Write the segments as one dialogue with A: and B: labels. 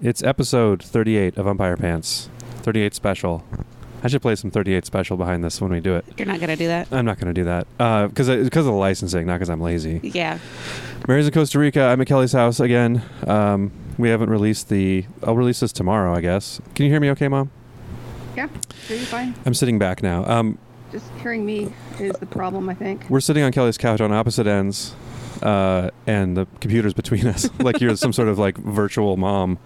A: It's episode 38 of Umpire Pants. 38 special. I should play some 38 special behind this when we do it.
B: You're not gonna do that.
A: I'm not going to do that Uh, because because of the licensing, not because I'm lazy.
B: Yeah.
A: Mary's in Costa Rica. I'm at Kelly's house again. Um, we haven't released the. I'll release this tomorrow, I guess. Can you hear me? Okay, mom.
C: Yeah, sure, you're fine.
A: I'm sitting back now. Um,
C: Just hearing me is the problem, I think.
A: we're sitting on Kelly's couch on opposite ends, uh, and the computer's between us. like you're some sort of like virtual mom.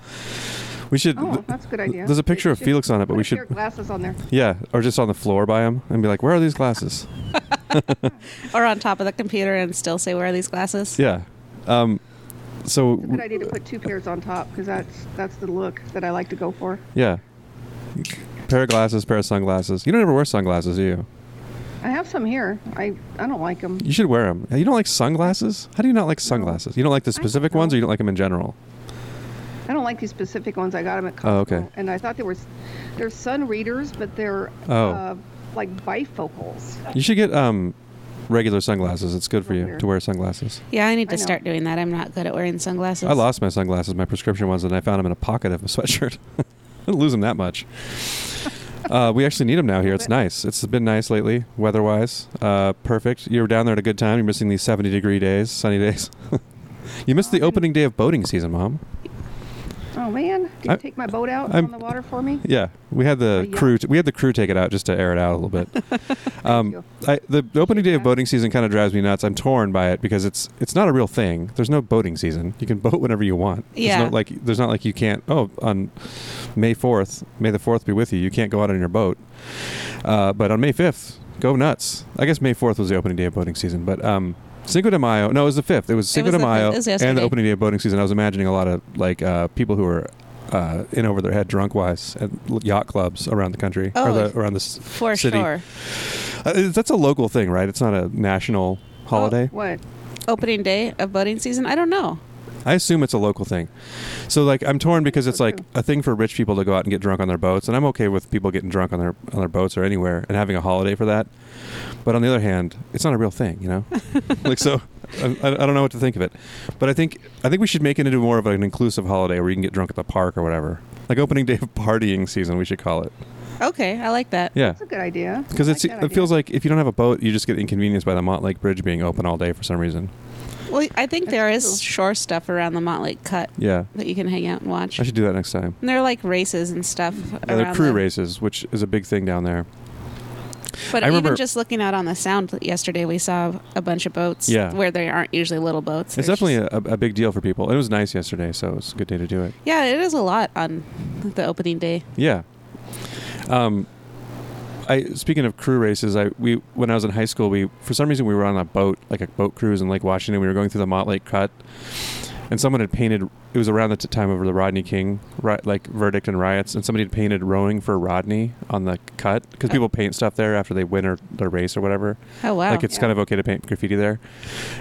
A: We should.
C: Oh, that's a good idea.
A: There's a picture
C: We
A: of
C: should
A: Felix on it, but
C: put
A: we
C: a pair
A: should.
C: of glasses on there.
A: Yeah, or just on the floor by him and be like, "Where are these glasses?"
B: Or on top of the computer and still say, "Where are these glasses?"
A: Yeah. Um, so
C: Good idea to put two pairs on top because that's that's the look that I like to go for.
A: yeah, pair of glasses, pair of sunglasses. You don't ever wear sunglasses, do you?
C: I have some here. I I don't like them.
A: You should wear them. You don't like sunglasses? How do you not like sunglasses? You don't like the
C: don't
A: specific ones, or
C: know.
A: you don't like them in general?
C: I don't like these specific ones. I got them at Costco,
A: Oh, okay.
C: and I thought they were s- they're sun readers, but they're
A: Oh.
C: uh, like bifocals.
A: You should get um, regular sunglasses. It's good for you
C: Here.
A: to wear sunglasses.
B: Yeah, I need
C: I
B: to
C: know.
B: start doing that. I'm not good at wearing sunglasses.
A: I lost my sunglasses, my prescription ones, and I found them in a pocket of a sweatshirt. I didn't lose them that much. Uh, we actually need them now here. It's nice. It's been nice lately, weather-wise. Uh, perfect. You were down there at a good time. You're missing these 70-degree days, sunny days. you missed the opening day of boating season, Mom.
C: Oh man, can
A: I-
C: you take my boat out
A: I'm-
C: on the water for me?
A: Yeah, we had the
C: Oh, yeah.
A: crew. T- we had the crew take it out just to air it out a little bit. um,
C: you.
A: I, the opening day of
C: that.
A: boating season kind of drives me nuts. I'm torn by it because it's it's not a real thing. There's no boating season. You can boat whenever you want.
B: Yeah.
A: There's not like there's not like you can't. Oh, on May fourth, May the fourth be with you. You can't go out on your boat. Uh, but on May fifth, go nuts. I guess May fourth was the opening day of boating season, but. Um, Cinco de Mayo. No, it was the fifth. It was Cinco
B: was
A: de
B: the fifth.
A: Mayo
B: It was
A: and the
B: yesterday.
A: opening day of boating season. I was imagining a lot of like uh, people who were uh, in over their head drunk wise at l- yacht clubs around the country or
B: Oh,
A: the, around this
B: for
A: city.
B: sure.
A: Uh, that's a local thing, right? It's not a national holiday.
C: What?
B: Opening day of boating season. I don't know.
A: I assume it's a local thing. So like I'm torn because it's
C: so,
A: like
C: too.
A: a thing for rich people to go out and get drunk on their boats, and I'm okay with people getting drunk on their on their boats or anywhere and having a holiday for that. But on the other hand, it's not a real thing, you know. like so, I, I don't know what to think of it. But I think I think we should make it into more of an inclusive holiday where you can get drunk at the park or whatever. Like opening day of partying season, we should call it.
B: Okay, I like that.
A: Yeah.
C: That's a good idea.
A: Because
C: I
A: it's
C: that
A: it
C: idea.
A: feels like if you don't have a boat, you just get inconvenienced by the Montlake Bridge being open all day for some reason.
B: Well, I think
C: That's
B: there is
C: true.
B: shore stuff around the Montlake Cut
A: Yeah,
B: that you can hang out and watch.
A: I should do that next time.
B: And there are like races and stuff.
A: Yeah, they're
B: around
A: crew
B: the-
A: races, which is a big thing down there.
B: But
A: I remember-
B: even just looking out on the sound yesterday, we saw a bunch of boats
A: Yeah.
B: where they aren't usually little boats.
A: It's
B: There's
A: definitely
B: just-
A: a, a big deal for people. It was nice yesterday, so it was a good day to do it.
B: yeah, it is a lot on the opening day.
A: Yeah. Um, I speaking of crew races, I we when I was in high school, we for some reason we were on a boat, like a boat cruise in Lake Washington. We were going through the Montlake Cut, and someone had painted. It was around the t- time of the Rodney King ri- like verdict and riots, and somebody had painted rowing for Rodney on the cut because people paint stuff there after they win or their race or whatever.
B: Oh wow!
A: Like it's
C: Yeah.
A: kind of okay to paint graffiti there.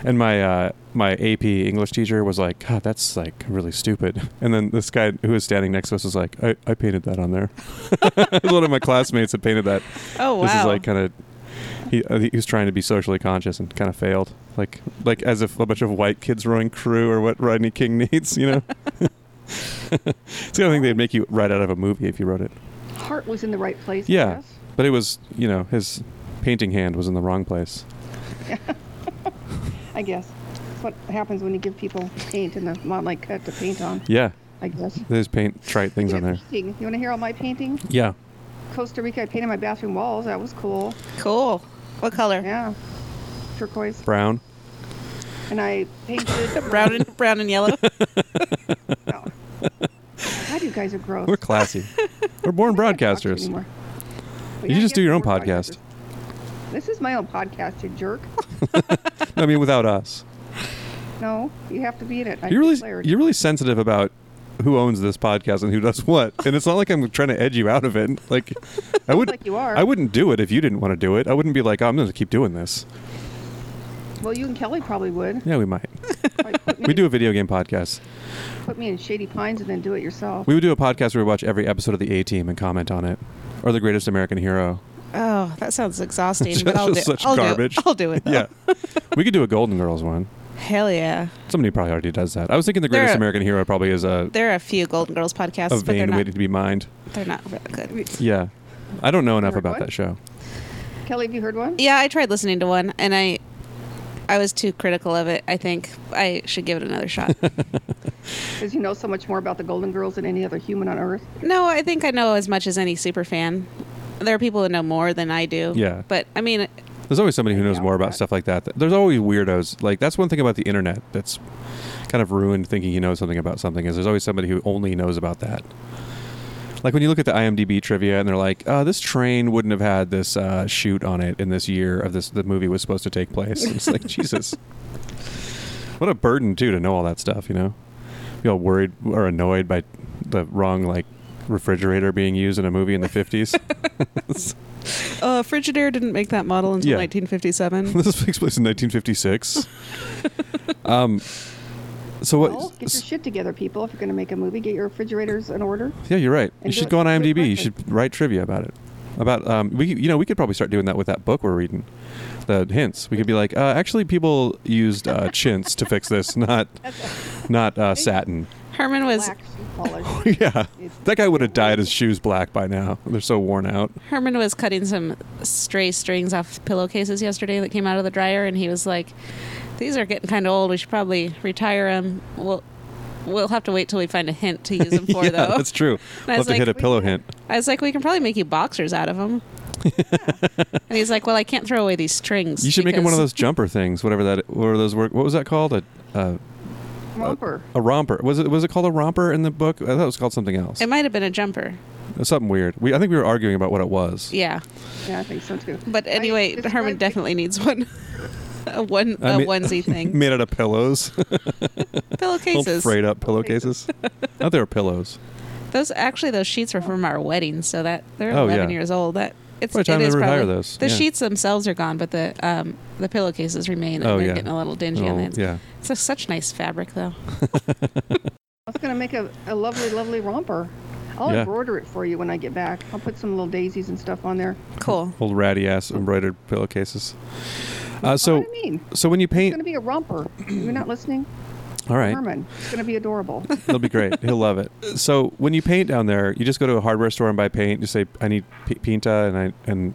A: And my uh, my AP English teacher was like, God, that's like really stupid. And then this guy who was standing next to us was like, I, I painted that on there. It was One of my classmates had painted that.
B: oh wow!
A: This is like kind of. He, uh, he was trying to be socially conscious and kind of failed, like like as if a bunch of white kids rowing crew or what Rodney King needs, you know. it's the kind of thing they'd make you write out of a movie if you wrote it.
C: heart was in the right place. I
A: Yeah,
C: guess.
A: but it was you know his painting hand was in the wrong place.
C: I guess. That's what happens when you give people paint and the Montlake cut to paint on,
A: Yeah,
C: I guess.
A: There's paint trite things on
C: Speaking
A: there.
C: of painting, You want to hear all my painting?
A: Yeah.
C: Costa Rica, I painted my bathroom walls. That was cool.
B: cool. What color?
C: Yeah. Turquoise.
A: Brown.
C: And I painted.
B: Brown and brown and yellow.
C: no. God, you guys are gross.
A: We're classy. We're born
C: I can't talk to
A: broadcasters.
C: anymore.
A: You
C: Yeah, I
A: just do
C: guess
A: your own
C: we're
A: podcast.
C: broadcasters. This is my own podcast, you jerk.
A: I mean, without us.
C: No, you have to be in it. I
A: You're really,
C: declared.
A: you're really sensitive about who owns this podcast and who does what. And it's not like I'm trying to edge you out of it. Like, I would,
C: like you are.
A: I wouldn't do it if you didn't want to do it. I wouldn't be like, oh, I'm going to keep doing this.
C: Well, you and Kelly probably would.
A: Yeah, we might.
C: Like, put me
A: We
C: in-
A: do a video game podcast.
C: Put me in Shady Pines and then do it yourself.
A: We would do a podcast where we watch every episode of the A Team and comment on it, or the Greatest American Hero.
B: Oh, that sounds exhausting. but
A: That's
B: I'll do,
A: just such
B: I'll
A: garbage.
B: Do, I'll do it. Though.
A: Yeah, we could do a Golden Girls one.
B: Hell yeah.
A: Somebody probably already does that. I was thinking the
B: There
A: greatest
B: are-
A: American hero probably is a,
B: There are a few Golden Girls podcasts,
A: a
B: but they're
A: vein
B: not.
A: waiting to be mined.
B: They're not really good.
A: Yeah. I don't know enough
C: Or
A: about
C: what?
A: that show.
C: Kelly, have you heard one?
B: Yeah, I tried listening to one, and I, I was too critical of it. I think I should give it another shot.
C: Because you know so much more about the Golden Girls than any other human on earth.
B: no, I think I know as much as any super fan. There are people who know more than I
C: Oh.
B: do.
A: Yeah.
B: But I mean,
A: There's always somebody who
C: I
A: knows
C: doubt
A: more about
C: that.
A: stuff like that. There's always weirdos. Like that's one thing about the internet that's kind of ruined thinking you know something about something is there's always somebody who only knows about that. Like when you look at the IMDb trivia and they're like, uh, "This train wouldn't have had this uh, shoot on it in this year of this the movie was supposed to take place." It's like Jesus, what a burden too to know all that stuff. You know, be all worried or annoyed by the wrong like refrigerator being used in a movie in the 50s.
B: uh, Frigidaire didn't make that model until
A: Yeah.
B: 1957.
A: this takes place in 1956. um, so what?
C: Well, get your shit together, people. If you're going to make a movie, get your refrigerators in order.
A: yeah, you're right. You
C: and do
A: should
C: it-
A: go on
C: do it
A: IMDb. You
C: correctly.
A: should write trivia about it. About um, we could- you know we could probably start doing that with that book we're reading, the hints. We could be like, uh, actually, people used uh, chintz to fix this, not not uh, satin.
B: Herman was
C: Black shoe polish.
A: yeah,
C: It's-
A: that guy would have dyed his shoes black by now. They're so worn out.
B: Herman was cutting some stray strings off pillowcases yesterday that came out of the dryer, and he was like, "These are getting kind of old. We should probably retire them. We'll we'll have to wait till we find a hint to use them for,
A: yeah,
B: though."
A: that's true. We'll have
B: was
A: to
B: like,
A: hit a
B: we
A: pillow hint.
B: I was like, "We can probably make you boxers out of them." and he's like, "Well, I can't throw away these strings.
A: You should make him one of
B: because-
A: those jumper things, whatever that, whatever those work. What was that called? A uh,
C: Romper.
A: A romper was it? Was it called a romper in the book? I thought it was called something else. Uh,
B: It might have been a jumper.
A: Something weird. We I think we were arguing about what it was.
B: Yeah,
C: Yeah, I think so too.
B: but anyway,
C: described
B: Herman
C: the-
B: definitely needs one. a one
A: I
B: a
A: mean-
B: onesie thing.
A: Made out of pillows,
B: Pillowcases.
A: frayed up pillowcases. I thought they were pillows.
B: Those actually, those sheets were from our wedding, so that they're
A: Oh,
B: 11
A: yeah.
B: years old. That it's
A: Probably time
B: it
A: to
B: is
A: retire
B: probably-
A: those,
B: The
A: yeah.
B: sheets themselves are gone, but the um, the pillowcases remain. And
A: Oh,
B: they're
A: yeah.
B: getting a little dingy
A: Oh,
B: on that.
A: yeah,
B: It's a- such nice fabric, though.
C: I was going to make a, a lovely, lovely romper. I'll
A: Yeah.
C: embroider it for you when I get back. I'll put some little daisies and stuff on there.
B: Cool.
A: old ratty ass embroidered pillowcases. Uh,
C: what
A: so
C: do you mean?
A: so when you
C: It's going
A: paint,
C: to be a romper. You're not listening?
A: all right,
C: Herman. It's going to be adorable.
A: it'll be great. He'll love it. So when you paint down there, you just go to a hardware store and buy paint. You say I need p- pinta and I and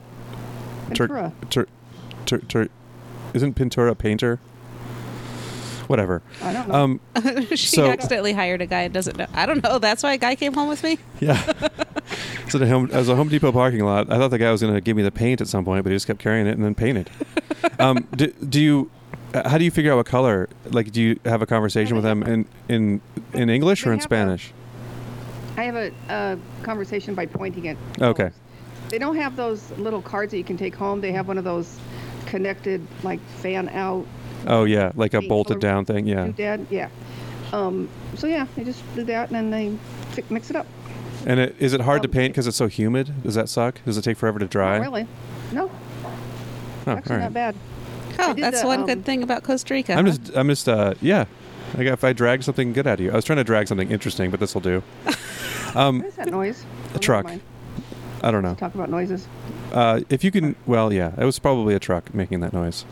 A: Tur-
C: Ventura.
A: tur- tur- tur- isn't pintura a painter? Whatever.
C: I don't know.
A: Um,
B: she
A: So-
B: accidentally hired a guy and doesn't know. I don't know. That's why a guy came home with me.
A: Yeah. so the home, I was a Home Depot parking lot. I thought the guy was going to give me the paint at some point, but he just kept carrying it and then painted. um, do, do you? uh, How do you figure out what color? Like, do you have a conversation with them in in in English or
C: They
A: in
C: have a-
A: Spanish?
C: I have a, a conversation by pointing at.
A: Okay.
C: colors. They don't have those little cards that you can take home. They have one of those connected, like fan out.
A: Oh yeah, like a
C: Paint
A: bolted
C: color-
A: down thing. Yeah,
C: You dad, yeah. Um, so yeah, they just do that and then they fi- mix it up.
A: and it, is it hard to
C: Um,
A: paint because it's so humid? Does that suck? Does it take forever to dry?
C: Not really? No,
A: Oh,
C: actually
A: all right.
C: not bad.
B: Oh,
C: did
B: that's
C: the,
B: one
C: um,
B: good thing about Costa Rica.
A: I'm
B: huh?
A: just, I'm just, uh, yeah. Like if I drag something good out of you, I was trying to drag something interesting, but this will do. Um,
C: What is that noise? Oh, never
A: truck.
C: mind.
A: I don't know.
C: Talk about noises.
A: Uh, if you can, well, yeah, it was probably a truck making that noise.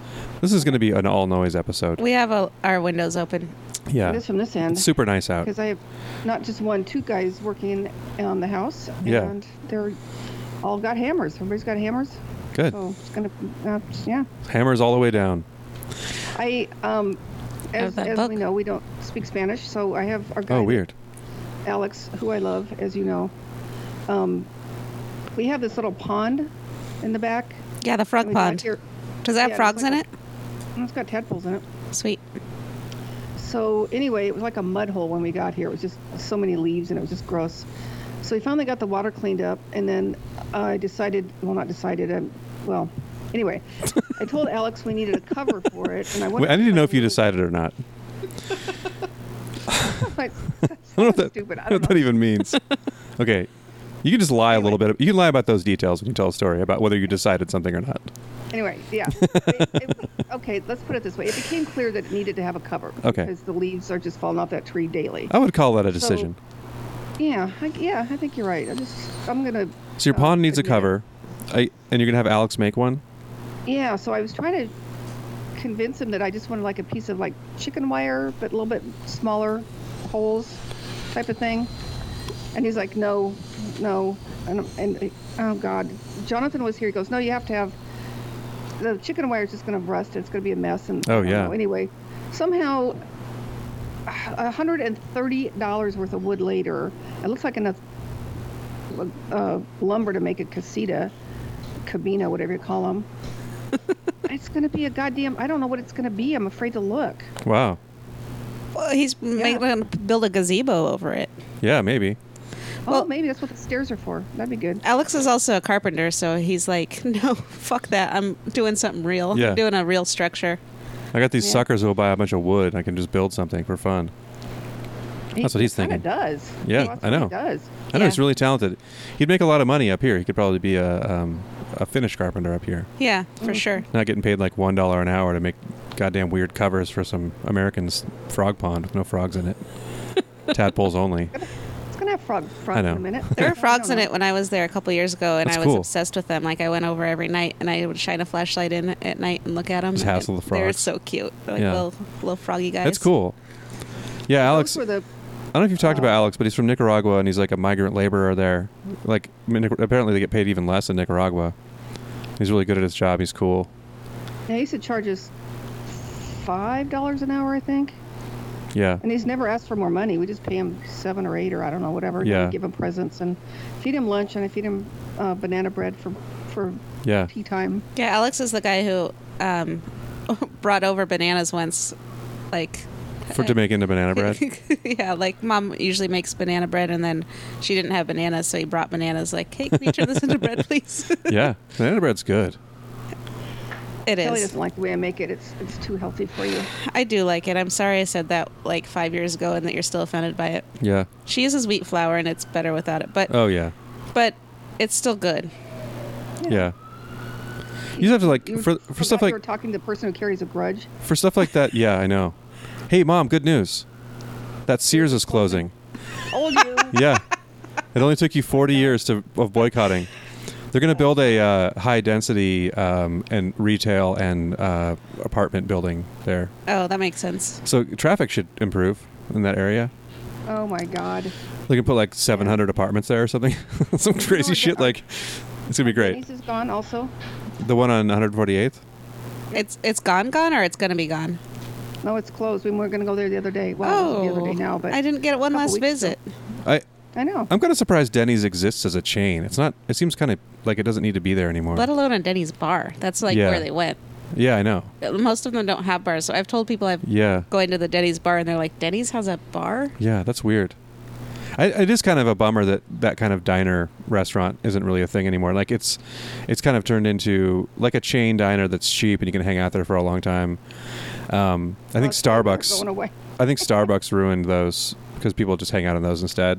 A: This is going to be an all noise episode.
B: we have a, our windows open.
A: Yeah,
C: It is from this end.
A: it's super nice out.
C: because I have not just one, two guys working on the house,
A: Yeah.
C: and they're all got hammers. Everybody's got hammers,
A: Good.
C: so it's gonna, uh, yeah.
A: Hammers all the way down. Oh,
C: I um, as,
B: Oh, that
C: as
B: book.
C: we know, we don't speak Spanish, so I have our guy
A: Oh, weird.
C: Alex, who I love, as you know. Um, we have this little pond in the back.
B: Yeah, the frog
C: and we got
B: pond.
C: here-
B: Does that have
C: yeah,
B: frogs
C: it's
B: in
C: like
B: it?
C: and It's got tadpoles in it.
B: Sweet.
C: So anyway, it was like a mud hole when we got here. It was just so many leaves and it was just gross. So we finally got the water cleaned up, and then I decided, well, not decided, um, well, anyway, I told Alex we needed a cover for it, and I
A: Wait,
C: wanted.
A: I need to know if you decided or not.
C: I
A: I don't know what that,
C: stupid.
A: I don't know what that even means. okay, you can just lie a little bit. You can lie about those details when you tell a story about whether you decided something or not.
C: Anyway, yeah. It- it- okay, let's put it this way: it became clear that it needed to have a cover
A: Okay. Oh.
C: because the leaves are just falling off that tree daily.
A: I would call that a decision.
C: Yeah, I, yeah, I think you're right. I'm just, I'm gonna.
A: So, your
C: uh,
A: pond needs a
C: admit it.
A: cover, I, and you're gonna have Alex make one.
C: Yeah, so I was trying to convince him that I just wanted like a piece of like chicken wire, but a little bit smaller holes type of thing. And he's like, no, no. And, and oh God, Jonathan was here. He goes, no, you have to have the chicken wire is just going to rust. It's going to be a mess. And
A: Oh,
C: I don't
A: yeah.
C: know. Anyway, somehow, a hundred and thirty dollars worth of wood later, it looks like enough uh, lumber to make a casita, cabina, whatever you call them. it's going to be a goddamn. I don't know what it's going to be. I'm afraid to look.
A: Wow.
B: Well, he's
C: Yeah.
B: going to build a gazebo over it.
A: Yeah, maybe.
B: Well-
C: oh, maybe that's what the stairs are for. That'd be good.
B: Alex is also a carpenter, so he's like, no, fuck that. I'm doing something real.
A: Yeah.
B: I'm doing a real structure.
A: I got these
C: Yeah.
A: suckers who'll buy a bunch of wood. and I can just build something for fun.
C: He
A: That's what he's
C: kinda
A: thinking.
C: Does
A: Yeah,
C: That's
A: I
C: what he
A: know.
C: does.
A: I know
B: Yeah.
A: he's really talented. He'd make a lot of money up here. He could probably be a um, a Finnish carpenter up here.
B: Yeah, for
C: Mm.
B: sure.
A: Not getting paid like one dollar an hour to make goddamn weird covers for some American's frog pond with no frogs in it. Tadpoles only.
C: It's gonna have frog frogs
A: I
C: in
A: know.
C: a minute.
B: There were
C: I
B: frogs
C: don't
B: in
C: know.
B: it when I was there a couple years ago, and
A: That's
B: I was
A: cool.
B: obsessed with them. Like I went over every night, and I would shine a flashlight in at night and look at them.
A: Just hassle the
B: They're
A: frogs.
B: so cute, They're like
A: Yeah.
B: little little froggy guys.
A: That's cool. Yeah, Alex.
C: Those were the
A: I don't know if you've talked about Alex, but he's from Nicaragua and he's like a migrant laborer there. Like I mean, Nic- apparently they get paid even less in Nicaragua. He's really good at his job. He's cool.
C: Yeah, he used to charge us five dollars an hour, I think.
A: Yeah.
C: And he's never asked for more money. We just pay him seven or eight, or I don't know, whatever. and
A: Yeah.
C: Give him presents and feed him lunch, and I feed him uh, banana bread for for
A: Yeah.
C: tea time.
B: Yeah, Alex is the guy who um, brought over bananas once, like.
A: For to make into banana bread.
B: yeah, like mom usually makes banana bread, and then she didn't have bananas, so he brought bananas. Like, hey, can you turn this into bread, please?
A: yeah. Banana bread's good.
B: it
C: Kelly
B: is.
C: doesn't like the way I make it. It's it's too healthy for you.
B: I do like it. I'm sorry I said that like five years ago, and that you're still offended by it.
A: Yeah.
B: She uses wheat flour, and it's better without it. But
A: Oh yeah.
B: but it's still good.
A: Yeah. You just have to like
C: You
A: for
C: forgot
A: for stuff
C: you were
A: like
C: talking to the person who carries a grudge.
A: for stuff like that. Yeah, I know. Hey mom, good news. That Sears is closing.
C: Old you.
A: Yeah. It only took you 40 years to of boycotting. They're going to build a uh, high density um, and retail and uh, apartment building there.
B: Oh, that makes sense.
A: So traffic should improve in that area.
C: Oh my God.
A: They can put like 700 apartments there or something. Some crazy
C: they
A: shit
C: are.
A: like it's going to be great.
C: Denise is gone also.
A: The one on 148th?
B: It's it's gone, gone, or it's gonna be gone.
C: No, it's closed. We were going to go there the other day. Well, it was the other day now, but
B: Oh, I didn't get one
C: couple
B: last
C: weeks ago.
B: visit.
A: I
C: I know.
A: I'm kind of surprised Denny's exists as a chain. It's not it seems kind of like it doesn't need to be there anymore.
B: Let alone a Denny's bar. That's like
A: Yeah.
B: where they went.
A: Yeah, I know.
B: Most of them don't have bars. So I've told people I've
A: Yeah.
B: going to the Denny's bar, and they're like, "Denny's has a bar."
A: Yeah, that's weird. I, it is kind of a bummer that that kind of diner restaurant isn't really a thing anymore. Like it's, it's kind of turned into like a chain diner that's cheap and you can hang out there for a long time. Um, I think
C: Well, it's going- Going
A: Starbucks.
C: away.
A: I think Starbucks ruined those because people just hang out in those instead.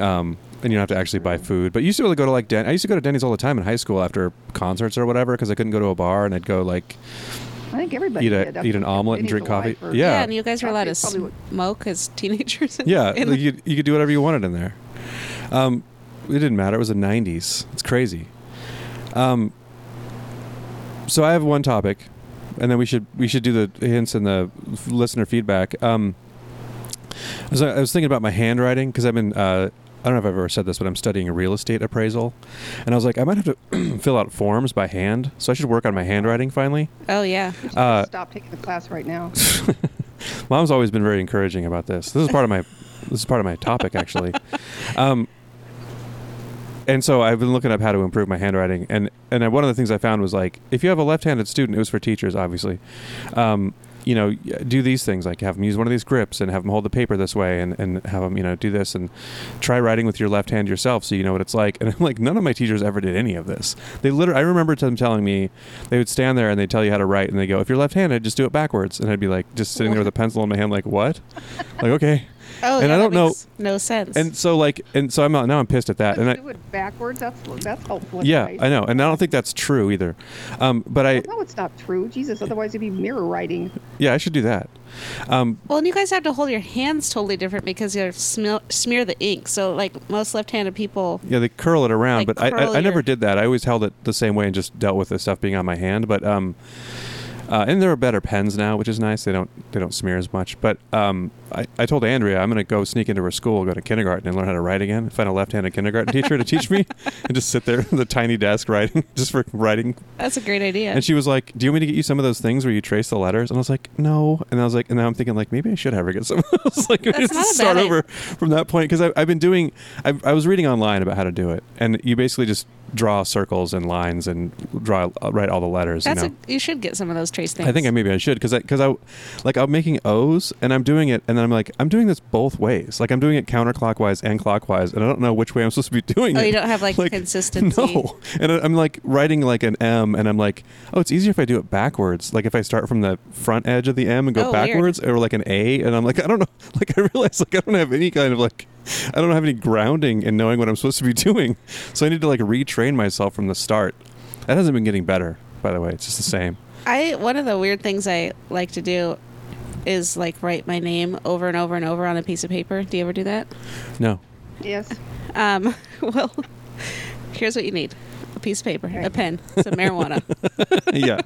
A: Um, and you don't have to actually buy food. But you used to really go to like Den. I used to go to Denny's all the time in high school after concerts or whatever because I couldn't go to a bar and I'd go like
C: I think everybody
A: eat
C: did.
A: a
C: That's
A: eat an
C: what
A: omelet and drink
C: Denny's
A: coffee.
C: alive for.
A: Yeah.
B: and you guys were allowed to
C: That's probably what-
B: smoke as teenagers. in-
A: Yeah,
B: in
A: like
B: the-
A: you, you could do whatever you wanted in there. Um, it didn't matter. It was the '90s. It's crazy. Um, so I have one topic, and then we should we should do the hints and the f- listener feedback. Um, I was, I was thinking about my handwriting because I've been. Uh, I don't know if I've ever said this, but I'm studying real estate appraisal, and I was like, I might have to fill out forms by hand, so I should work on my handwriting finally.
B: oh yeah.
A: Uh,
C: Stop taking the class right now.
A: Mom's always been very encouraging about this. This is part of my this is part of my topic actually. Um, and so I've been looking up how to improve my handwriting, and and I, one of the things I found was like if you have a left-handed student, it was for teachers obviously. Um, you know, do these things like have them use one of these grips and have them hold the paper this way, and and have them you know do this and try writing with your left hand yourself so you know what it's like. And I'm like, none of my teachers ever did any of this. They literally, I remember them telling me they would stand there and they would tell you how to write, and they go, if you're left-handed, just do it backwards, and I'd be like just sitting there with a pencil in my hand, like what? like okay.
B: Oh,
A: And
B: yeah,
A: I don't
B: that
A: know-
B: makes No sense.
A: And so like, and so I'm out now. I'm pissed at that, and I,
C: do it backwards. That's that's helpful.
A: yeah,
C: advice.
A: I know, and I don't think that's true either. Um, but I,
C: No, it's not true. Jesus, otherwise it'd be mirror writing.
A: yeah, I should do that. Um,
B: Well, and you guys have to hold your hands totally different because you smear, smear the ink. So, like most left-handed people,
A: yeah, they curl it around,
B: Like
A: but I,
B: curl
A: I, I never
B: your-
A: did that. I always held it the same way and just dealt with the stuff being on my hand. But um, Uh, and there are better pens now, which is nice. They don't they don't smear as much. But um, I, I told Andrea I'm going to go sneak into her school, go to kindergarten, and learn how to write again. Find a left-handed kindergarten teacher to teach me, and just sit there at the tiny desk writing, just for writing.
B: That's a great idea.
A: And she was like, "Do you want me to get you some of those things where you trace the letters?" And I was like, "No." And I was like, and now I'm thinking like maybe I should have her get some. I was like,
B: That's
A: just
B: not a bad
A: start
B: idea.
A: over from that point because I've been doing. I, I was reading online about how to do it, and you basically just draw circles and lines and draw uh, write all the letters.
B: That's
A: you know?
B: a, you should get some of those trace things.
A: I think I, maybe I should because because I, like I'm making O's and I'm doing it and then I'm like I'm doing this both ways like I'm doing it counterclockwise and clockwise and I don't know which way I'm supposed to be doing
B: Oh,
A: it.
B: you don't have, like, consistency.
A: No, and I- I'm like writing like an M and I'm like oh it's easier if I do it backwards like if I start from the front edge of the M and
B: Oh,
A: go
B: weird.
A: backwards or like an A and I'm like I don't know like I realize like I don't have any kind of like I don't have any grounding in knowing what I'm supposed to be doing so I need to like retrain myself from the start. That hasn't been getting better by the way. It's just the same.
B: I one of the weird things I like to do is like write my name over and over and over on a piece of paper. Do you ever do that?
A: No.
C: Yes.
B: Um, well, here's what you need: a piece of paper, a
C: Right.
B: pen, some marijuana.
A: yeah.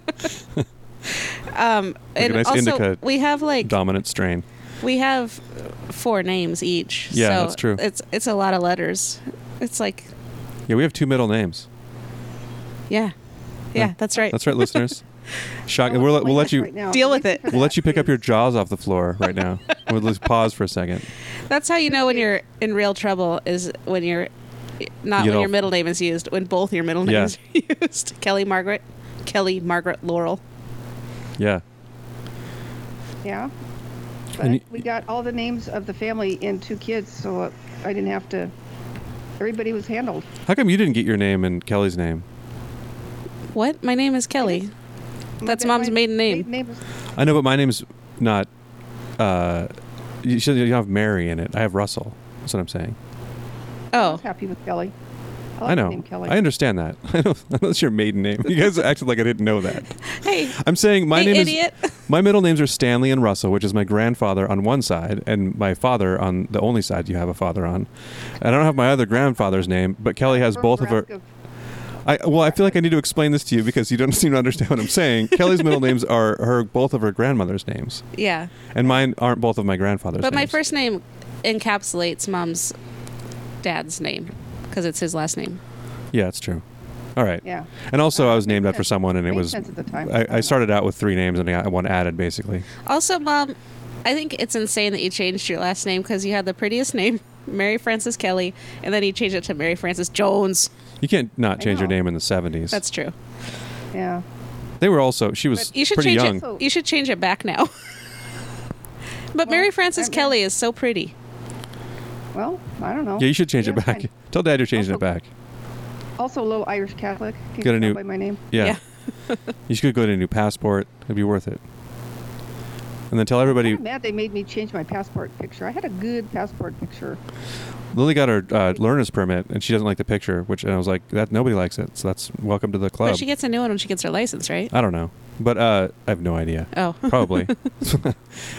B: Um,
A: a
B: and
A: nice
B: also,
A: indica
B: we have like
A: dominant strain.
B: we have four names each.
A: Yeah,
B: so
A: that's true.
B: It's it's a lot of letters. It's like
A: Yeah, we have two middle names.
B: yeah, yeah,
A: Yeah,
B: that's right.
A: That's right, listeners. Shock.
C: I
A: We'll, let-
C: want
A: we'll let
C: plants
A: you.
C: right now.
B: Deal
C: Thank
B: with
C: you
B: it.
C: for
A: We'll
C: that,
A: let you pick up
C: please.
A: your jaws off the floor right now. we'll just pause for a second.
B: That's how you know when you're in real trouble is when you're not
A: You
B: when
A: know-
B: your middle name is used, when both your middle
A: Yeah.
B: names are used. Kelly Margaret, Kelly Margaret Laurel.
A: Yeah.
C: Yeah. But
A: And y-
C: we got all the names of the family and two kids, so uh, I didn't have to. Everybody was handled.
A: How come you didn't get your name and Kelly's name?
B: What? My name is Kelly.
C: My
B: That's
C: dad-
B: mom's
C: my
B: maiden name.
C: maiden name was-
A: I know, but my name's not. Uh, you should you don't have Mary in it. I have Russell. That's what I'm saying.
C: I
B: Oh,
C: was happy with Kelly. like
A: I
C: the
A: know.
C: Oh, name Kelly.
A: I understand that. I know that's your maiden name. You guys acted like I didn't know that.
B: hey,
A: I'm saying my
B: hey,
A: name is
B: idiot.
A: My middle names are Stanley and Russell, which is my grandfather on one side, and my father on the only side you have a father on. And I don't have my other grandfather's name, but Kelly has both of her.
C: Nebraska-
A: I, well, I feel like I need to explain this to you because you don't seem to understand what I'm saying. Kelly's middle names are her both of her grandmother's names,
B: yeah,
A: and mine aren't both of my grandfather's.
B: but my
A: names.
B: first name encapsulates mom's dad's name because it's his last name.
A: Yeah, it's true. All right.
C: Yeah.
A: And also, I was named
C: Makes
A: after
C: sense.
A: someone, and it
C: Made
A: was.
C: sense at the time.
A: I, I started out with three names and I got one added, basically.
B: Also, mom, I think it's insane that you changed your last name because you had the prettiest name, Mary Frances Kelly, and then you changed it to Mary Frances Jones.
A: You can't not
C: I
A: change your
C: know.
A: name in the 70s.
B: That's true.
C: Yeah.
A: they were also. She was
B: But you should
A: pretty
B: change
A: young.
B: it. You should change it back now. but Mary Frances
C: I'm-
B: Kelly is so pretty.
C: Well, I don't know.
A: Yeah, you should change it
C: Yeah,
A: back.
C: fine.
A: Tell Dad you're changing it
B: Oh.
C: Also-
A: back.
C: Also, low Irish Catholic. Can you
A: Get a
C: tell
A: new-
C: by my name.
A: Yeah.
B: Yeah.
A: you should go get a new passport. It'd be worth it. And then tell everybody.
B: Oh.
C: I'm mad they made me change my passport picture. I had a good passport picture.
A: Lily got her uh, learner's permit, and she doesn't like the picture. Which and I was like, that nobody likes it. So that's welcome to the club.
B: But she gets a new one when she gets her license, right?
A: I don't know, but uh, I have no idea.
B: Oh,
A: Probably.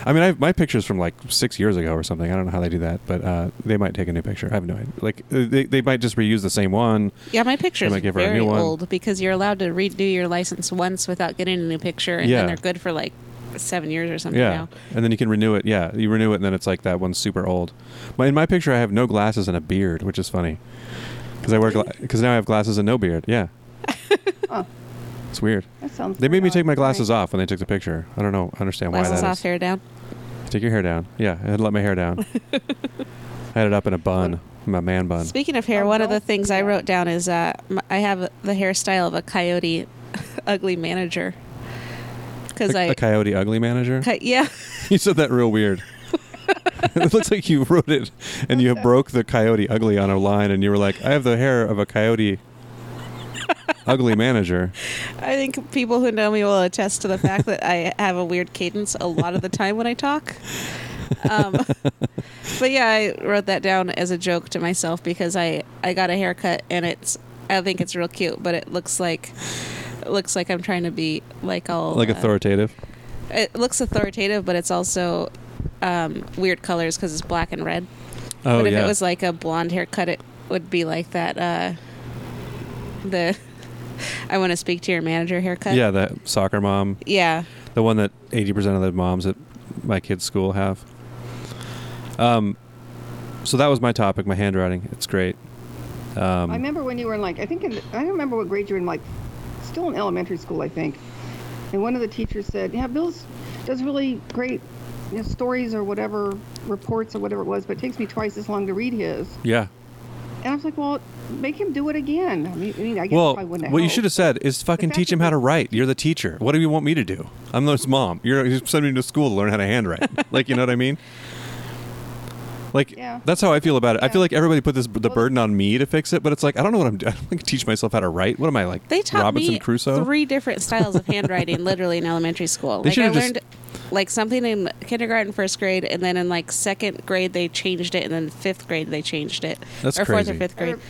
A: I mean, I have, my picture's from like six years ago or something. I don't know how they do that, but uh, they might take a new picture. I have no idea. Like uh, they, they might just reuse the same one.
B: yeah. My picture
A: I
B: is
A: might give her a
B: very
A: new one.
B: old because you're allowed to redo your license once without getting a new picture, and
A: Yeah.
B: then they're good for like seven years or something.
A: Yeah.
B: Now.
A: And then you can renew it. Yeah. You renew it, and then it's like that one's super old. My, in my picture, I have no glasses and a beard, which is funny. Because I wear because now I have glasses and no beard. Yeah.
C: Huh.
A: It's weird.
C: That sounds.
A: They made me
C: odd.
A: take my glasses off when they took the picture. I don't know. I understand why that
B: Glasses
A: is.
B: off, hair down.
A: Take your hair down. Yeah. I had to let my hair down. I had it up in a bun, my man bun.
B: Speaking of hair,
C: Oh,
B: one of
C: no.
B: the things I
C: Yeah.
B: wrote down is uh, m- I have the hairstyle of a coyote, ugly manager. Because
A: A-
B: I,
A: a coyote ugly manager.
B: co- yeah,
A: you said that real weird. it looks like you wrote it, and you broke the coyote ugly on a line, and you were like, "I have the hair of a coyote." Ugly manager.
B: I think people who know me will attest to the fact that I have a weird cadence a lot of the time when I talk. Um, but yeah, I wrote that down as a joke to myself because I I got a haircut and it's I think it's real cute, but it looks like it looks like I'm trying to be like all
A: like
B: uh,
A: authoritative.
B: it looks authoritative, but it's also um, weird colors because it's black and red.
A: Oh
B: but if
A: yeah.
B: it was like a blonde haircut, it would be like that. Uh, the I want to speak to your manager haircut.
A: Yeah, that soccer mom,
B: Yeah.
A: the one that eighty percent of the moms at my kids' school have. Um, so that was my topic. My handwriting, it's great. Um,
C: I remember when you were in like I think in, I don't remember what grade you were in like still in elementary school I think, and one of the teachers said yeah Bill's does really great you know, stories or whatever reports or whatever it was but it takes me twice as long to read his
A: yeah.
C: and I was like well make him do it again I mean I, mean, I guess
A: Well,
C: I
A: what
C: wouldn't
A: you should have said is fucking
C: fact
A: teach him
C: that
A: how to
C: they-
A: write. You're the teacher. What do you want me to do? I'm his mom. You're, you're sending him to school to learn how to handwrite. like, you know what I mean? Like,
C: Yeah.
A: that's how I feel about it. I
C: Yeah.
A: feel like everybody put this the
C: Well,
A: burden on me to fix it, but it's like I don't know what I'm doing. I don't think teach myself how to write. What am I like?
B: They taught
A: Robinson
B: me
A: Crusoe.
B: three different styles of handwriting, literally in elementary school.
A: They
B: like I
A: should've just-
B: learned like something in kindergarten, first grade, and then in like second grade they changed it, and then fifth grade they changed it,
A: That's
B: or fourth or
A: crazy.
B: fifth
C: I,
B: grade.
C: re-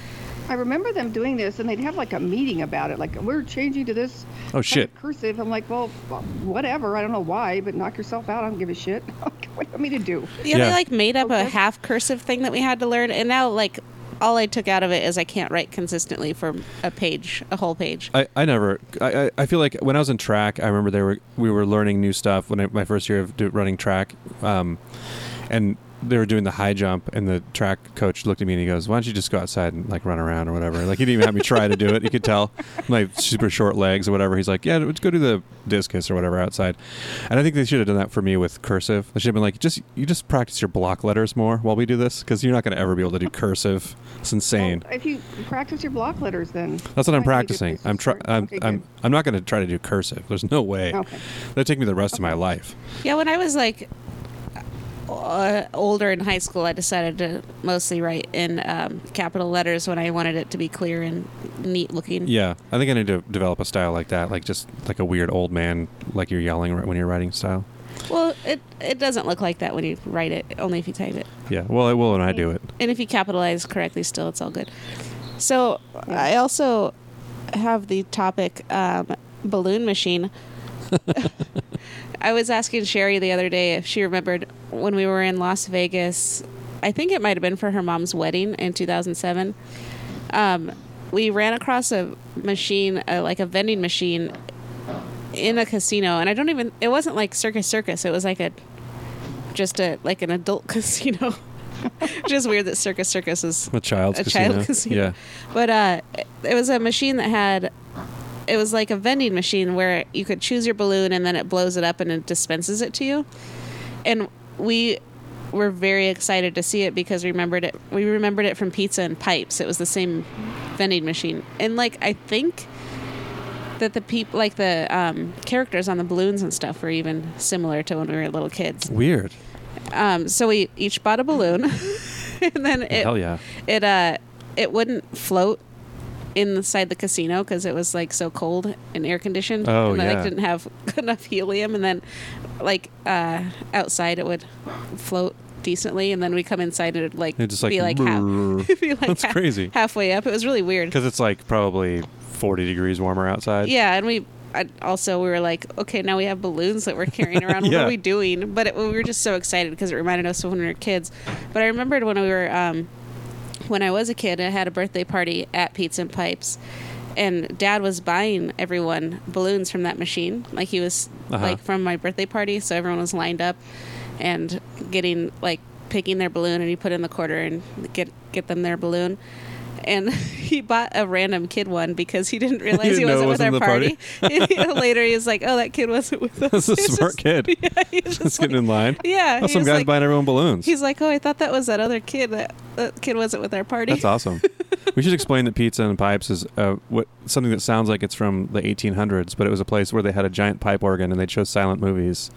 C: I remember them doing this and they'd have like a meeting about it like we're changing to this
A: Oh, shit.
C: cursive I'm like well whatever I don't know why but knock yourself out I don't give a shit what do you want me to do
B: Yeah,
A: Yeah.
B: they like made up a
C: Okay.
B: half cursive thing that we had to learn, and now like all I took out of it is I can't write consistently for a page, a whole page.
A: I, I never. I, I I feel like when I was in track, I remember they were we were learning new stuff when I, my first year of do, running track, um, and they were doing the high jump, and the track coach looked at me and he goes, "Why don't you just go outside and like run around or whatever?" Like he didn't even have me try to do it. He could tell my super short legs or whatever. He's like, "Yeah, let's go do the discus or whatever outside," and I think they should have done that for me with cursive. They should have been like, "Just you just practice your block letters more while we do this because you're not going to ever be able to do cursive. It's insane."
C: Well, if you practice your block letters, then
A: That's what I'm
C: Might be a good
A: practicing.
C: place to
A: I'm trying.
C: start.
A: I'm,
C: Okay,
A: I'm,
C: good.
A: I'm not going to try to do cursive. There's no way.
C: Okay.
A: That'd take me the rest of my life.
B: Yeah, when I was like uh, older in high school, I decided to mostly write in um, capital letters when I wanted it to be clear and neat looking.
A: Yeah, I think I need to develop a style like that, like just like a weird old man, like you're yelling right when you're writing style.
B: Well, it it doesn't look like that when you write it, only if you type it.
A: Yeah. Well, it will when I do it.
B: And if you capitalize correctly, still, it's all good. So I also have the topic um, balloon machine. I was asking Sherry the other day if she remembered when we were in Las Vegas. I think it might have been for her mom's wedding in 2007. Um, we ran across a machine, uh, like a vending machine, in a casino, and I don't even. It wasn't like Circus Circus. It was like a, just a like an adult casino. just weird that Circus Circus is
A: A child's
B: a
A: casino.
B: child casino.
A: Yeah.
B: But uh, it was a machine that had. It was like a vending machine where you could choose your balloon and then it blows it up and it dispenses it to you. And we were very excited to see it because we remembered it. We remembered it from Pizza and Pipes. It was the same vending machine. And like I think that the peop like the um, characters on the balloons and stuff were even similar to when we were little kids.
A: Weird.
B: Um, so we each bought a balloon, and then it
A: Hell yeah.
B: it uh it wouldn't float inside the casino because it was like so cold and air conditioned
A: Oh,
B: and they
A: yeah.
B: like didn't have enough helium and then like uh outside it would float decently and then we come inside and it'd like
A: It'd just, like,
B: be like, half,
A: brrr.
B: be, like,
A: That's
B: half-
A: crazy.
B: halfway up it was really weird
A: Because it's like probably 40 degrees warmer outside.
B: yeah and we I, also we were like okay now we have balloons that we're carrying around what
A: Yeah.
B: are we doing but it, we were just so excited because it reminded us of when we were kids but i remembered when we were um, when i was a kid i had a birthday party at pizza and pipes and dad was buying everyone balloons from that machine like he was
A: Uh-huh.
B: like from my birthday party so everyone was lined up and getting like picking their balloon and he put in the quarter and get get them their balloon and he bought a random kid one because he didn't realize he,
A: didn't know
B: wasn't
A: it
B: with our
A: wasn't
B: party.
A: the
B: And Later, he was like, "Oh, that kid wasn't with us."
A: That's a
B: He's
A: smart
B: just-
A: kid.
B: Yeah, he was
A: Just
B: just
A: getting
B: like,
A: in line.
B: yeah.
A: Oh,
B: he
A: some
B: was
A: guys
B: like,
A: buying everyone balloons.
B: He's like, "Oh, I thought that was that other kid. That, that kid wasn't with our party."
A: That's awesome. we should explain that pizza and pipes is uh, what something that sounds like it's from the 1800s, but it was a place where they had a giant pipe organ and they showed silent movies.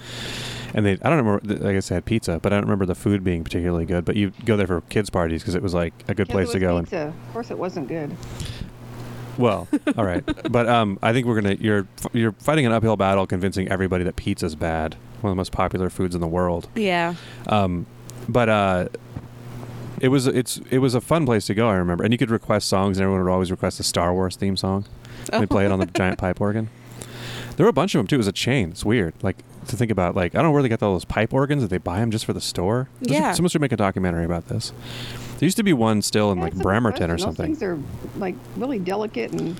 A: And they, I don't remember, th- like I said, pizza, but I don't remember the food being particularly good. But you go there for kids' parties because it was like a good
C: Because it
A: place to
C: was
A: go. And
C: Pizza. uh, Of course, it wasn't good.
A: well, all right, but um, I think we're gonna you're f- you're fighting an uphill battle convincing everybody that pizza's bad, one of the most popular foods in the world.
B: yeah.
A: Um, but uh, it was it's it was a fun place to go. I remember, and you could request songs, and everyone would always request a Star Wars theme song. And They play it on the giant pipe organ. There were a bunch of them too. It was a chain. It's weird. Like to think about. Like I don't know where they got all those pipe organs. Did they buy them just for the store? This-
B: Yeah.
A: Someone should make a documentary about this. There used to be one still in
C: Yeah,
A: like
C: it's
A: Bremerton or
C: impressive.
A: something.
C: Those things are like really delicate and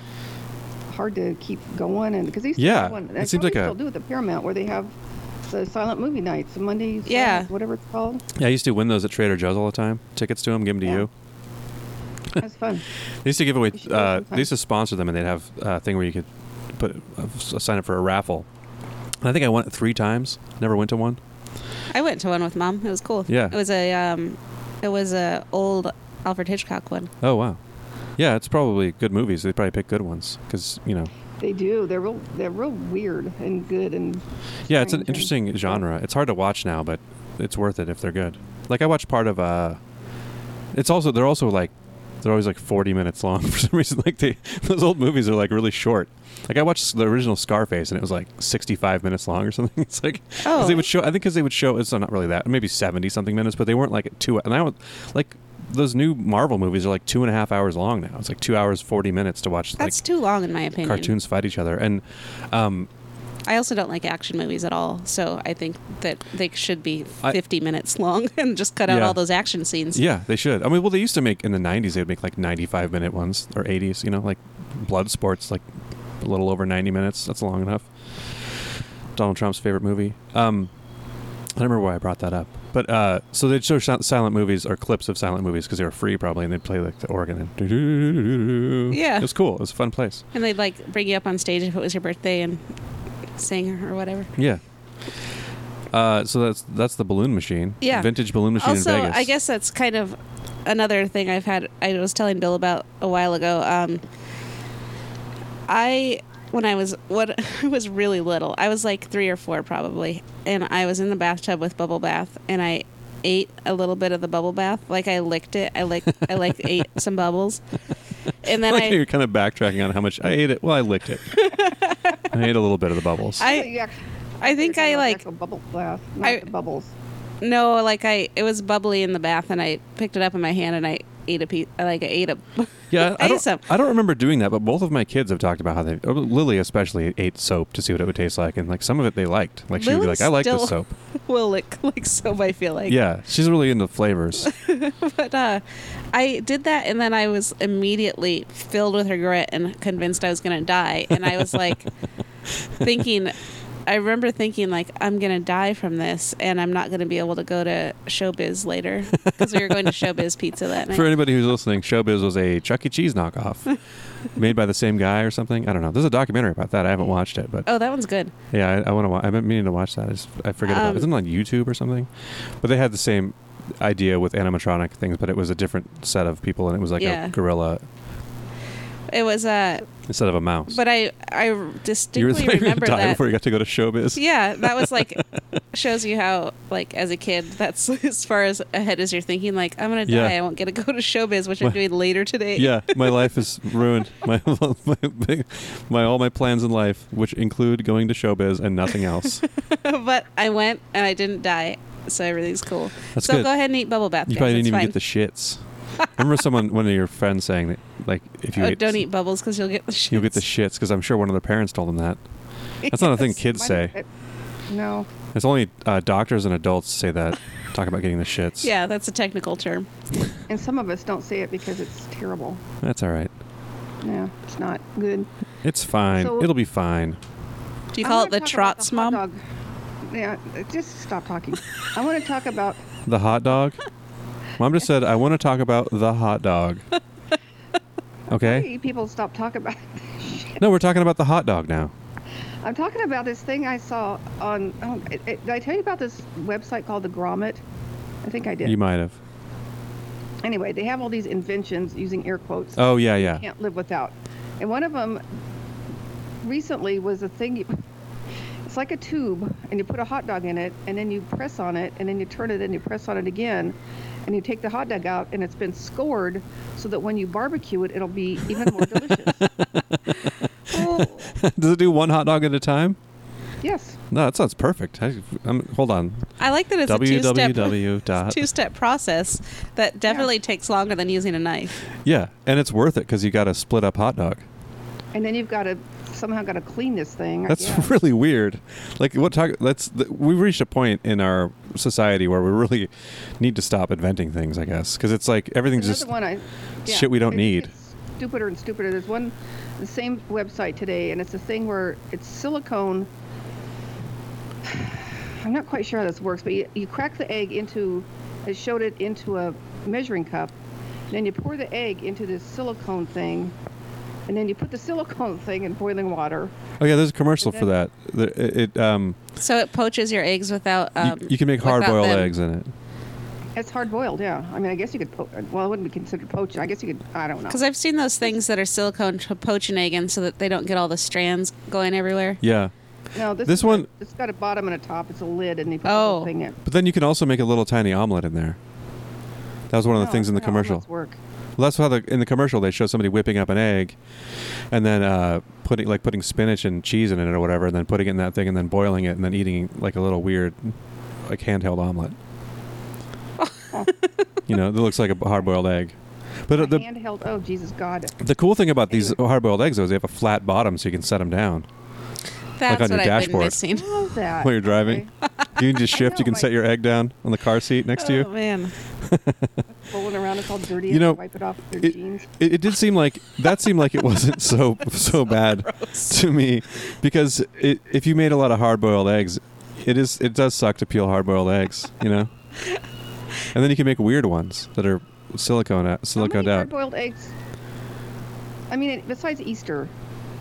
C: hard to keep going, and because they still
A: Yeah,
C: have one, they
A: it seems
C: probably
A: like a-
C: still do at the Paramount where they have the silent movie nights, Monday,
B: Yeah.
C: Saturdays, whatever it's called.
A: Yeah, I used to win those at Trader Joe's all the time. Tickets to them, give them to
C: Yeah.
A: you.
C: That's fun.
A: They used to give away.
C: You should do it
A: Uh,
C: sometime.
A: they used to sponsor them, and they'd have a thing where you could put uh, sign up for a raffle. And I think I won it three times. Never went to one.
B: I went to one with mom. It was cool.
A: Yeah.
B: It was a um, it was a old Alfred Hitchcock one.
A: Oh wow. Yeah, it's probably good movies. They probably pick good ones because you know.
C: They do. They're real. They're real weird and good and.
A: Yeah, it's an
C: strange and-
A: interesting genre. It's hard to watch now, but it's worth it if they're good. Like I watched part of uh It's also they're also like they're always like 40 minutes long for some reason like they those old movies are like really short. Like I watched the original Scarface and it was like 65 minutes long or something. It's like 'cause
B: Oh.
A: they would show I think cuz they would show it's not really that maybe 70 something minutes, but they weren't like at 2 and I would like those new Marvel movies are like two and a half hours long now. It's like two hours forty minutes to watch like
B: That's too long in my opinion.
A: cartoons fight each other, and um,
B: I also don't like action movies at all, so I think that they should be
A: I-
B: 50 minutes long and just cut out
A: Yeah.
B: all those action scenes.
A: Yeah, they should. I mean, well, they used to make in the '90s. They would make like 95 minute ones or 80s. You know, like Blood Sports, like a little over 90 minutes. That's long enough. Donald Trump's favorite movie. Um, I don't remember why I brought that up, but uh, so they'd show si- silent movies or clips of silent movies because they were free probably, and they'd play like the organ and doo-doo-doo-doo-doo-doo.
B: Yeah.
A: It was cool. It was a fun place.
B: And they'd like bring you up on stage if it was your birthday and sing or whatever.
A: Yeah. Uh, so that's that's the balloon machine.
B: Yeah.
A: Vintage balloon machine in
B: also,
A: Vegas.
B: I guess that's kind of another thing I've had. I was telling Bill about a while ago. Um, I when I was what I was really little. I was like three or four probably, and I was in the bathtub with bubble bath, and I ate a little bit of the bubble bath. Like I licked it. I like I like ate some bubbles, and then
A: like
B: I.
A: how you're kind of backtracking on how much I ate it. Well, I licked it. I ate a little bit of the bubbles.
B: I-
C: You actually-
B: I think
C: you're talking
B: I,
C: about the
B: like-
C: actual bubble bath, not
B: I-
C: the bubbles.
B: No, like I, it was bubbly in the bath, and I picked it up in my hand, and I ate a piece. Like I ate a.
A: yeah, I,
B: I ate
A: don't,
B: some.
A: I don't remember doing that, but both of my kids have talked about how they, or Lily especially, ate soap to see what it would taste like, and like some of it they liked. Like she would be
B: Lily's
A: like, "I like
B: still-
A: this soap."
B: Will lick like soap. I feel like.
A: yeah, she's really into flavors.
B: But uh, I did that, and then I was immediately filled with regret and convinced I was going to die. And I was like, thinking, I remember thinking, like, I'm going to die from this, and I'm not going to be able to go to Showbiz later because we were going to Showbiz Pizza that night.
A: For anybody who's listening, Showbiz was a Chuck E. Cheese knockoff, made by the same guy or something. I don't know. There's a documentary about that. I haven't watched it, but
B: oh, that one's good.
A: Yeah, I, I want to. Wa- I've been meaning to watch that. I, just, I forget about
B: Um,
A: it. Isn't it on YouTube or something? But they had the same idea with animatronic things, but it was a different set of people, and it was like
B: Yeah.
A: a gorilla
B: It was uh,
A: instead of a mouse.
B: but I I
A: you were
B: distinctly
A: you were gonna
B: remember
A: die
B: that.
A: before you got to go to showbiz.
B: Yeah, that was like shows you how like as a kid that's as far as ahead as you're thinking. Like I'm gonna die.
A: Yeah.
B: I won't get to go to Showbiz, which I'm
A: What?
B: doing later today.
A: Yeah, my life is ruined. My, my big- my all my plans in life, which include going to showbiz and nothing else.
B: but I went and I didn't die, so everything's cool.
A: That's
B: so
A: good.
B: go ahead and eat bubble bath.
A: You
B: guys.
A: probably didn't
B: It's
A: even
B: fine.
A: get the shits. Remember someone, one of your friends saying that, like, if you
B: Oh,
A: ate,
B: don't eat bubbles because you'll get the shits.
A: you'll get the shits because I'm sure one of their parents told them that. That's not a thing kids
C: Mine-
A: say.
C: it- no,
A: It's only uh, doctors and adults say that. Talk about getting the shits.
B: Yeah, that's a technical term.
C: and some of us don't say it because it's terrible.
A: That's all right.
C: Yeah, it's not good.
A: It's fine.
C: So-
A: It'll be fine.
B: Do you
C: I
B: call
C: wanna
B: it the
C: talk about
B: trots, mom?
C: hot dog. Yeah, uh, just stop talking. I want to talk about.
A: The hot dog. Mom just said, I want to talk about the hot dog. Okay?
C: People stop talking about.
A: No, we're talking about the hot dog now.
C: I'm talking about this thing I saw on. Oh, it, it, did I tell you about this website called the Grommet? I think I did.
A: You might have.
C: Anyway, they have all these inventions using air quotes.
A: Oh, yeah, yeah.
C: can't live without. And one of them recently was a thing. You, it's like a tube, and you put a hot dog in it, and then you press on it, and then you turn it, and you press on it again, and you take the hot dog out, and it's been scored so that when you barbecue it, it'll be even more delicious.
B: Oh,
A: Does it do one hot dog at a time?
C: Yes.
A: No, that sounds perfect. I, am hold on.
B: I like that it's a two-step,
A: www. Dot.
B: two-step process that definitely takes longer than using a knife.
A: Yeah, and it's worth it because you got to split up hot dog.
C: And then you've got to somehow got to clean this thing.
A: That's
C: yeah.
A: really weird. Like what talk? That's th- we've reached a point in our society where we really need to stop inventing things. I guess because it's like everything's
C: Another
A: just
C: one I, yeah,
A: shit we don't
C: I think
A: need.
C: it's- stupider and stupider. There's one, the same website today, and it's a thing where it's silicone. I'm not quite sure how this works, but you, you crack the egg into, it showed it into a measuring cup, and then you pour the egg into this silicone thing, and then you put the silicone thing in boiling water.
A: Oh yeah, there's a commercial for that. The- It, it, um,
B: So it poaches your eggs without.
A: you-
B: Um,
A: you, can make
B: without
A: hard boiled
B: them-
A: eggs in it.
C: It's hard boiled, yeah. I mean, I guess you could, po- well, it wouldn't be considered poaching. I guess you could, I don't know.
B: Because I've seen those things that are silicone to poach an egg in so that they don't get all the strands going everywhere.
A: Yeah,
C: No, this,
A: This
C: is a-
A: one-
C: It's got a bottom and a top. It's a lid, and they put the
B: Oh.
C: whole thing in.
A: but then you can also make a little tiny omelet in there. That was one of the
C: No,
A: things in the
C: no,
A: commercial.
C: omelets Work.
A: Well, that's how the in the commercial they show somebody whipping up an egg, and then uh, putting like putting spinach and cheese in it or whatever, and then putting it in that thing, and then boiling it, and then eating like a little weird, like handheld omelet. you know, that looks like a hard-boiled egg. But uh,
C: The,
A: the
C: handheld. Oh Jesus God!
A: the cool thing about these hard-boiled eggs though is they have a flat bottom, so you can set them down
B: That's
A: on
B: what
A: your
B: I've been
A: dashboard.
B: missing.
C: I love that.
A: while you're driving. You can just shift.
C: know,
A: You can
C: like-
A: set your egg down on the car seat next to
B: Oh,
A: you.
B: man.
C: Rolling around, it's all dirty.
A: You
C: and
A: know,
C: wipe it off with their jeans.
A: it, it, it did seem like that seemed like it wasn't so so bad to me because it, if you made a lot of hard boiled eggs, it is it does suck to peel hard boiled eggs, you know. And then you can make weird ones that are silicone out,
C: How
A: siliconed
C: many
A: out.
C: hard-boiled eggs? I mean, it- besides Easter,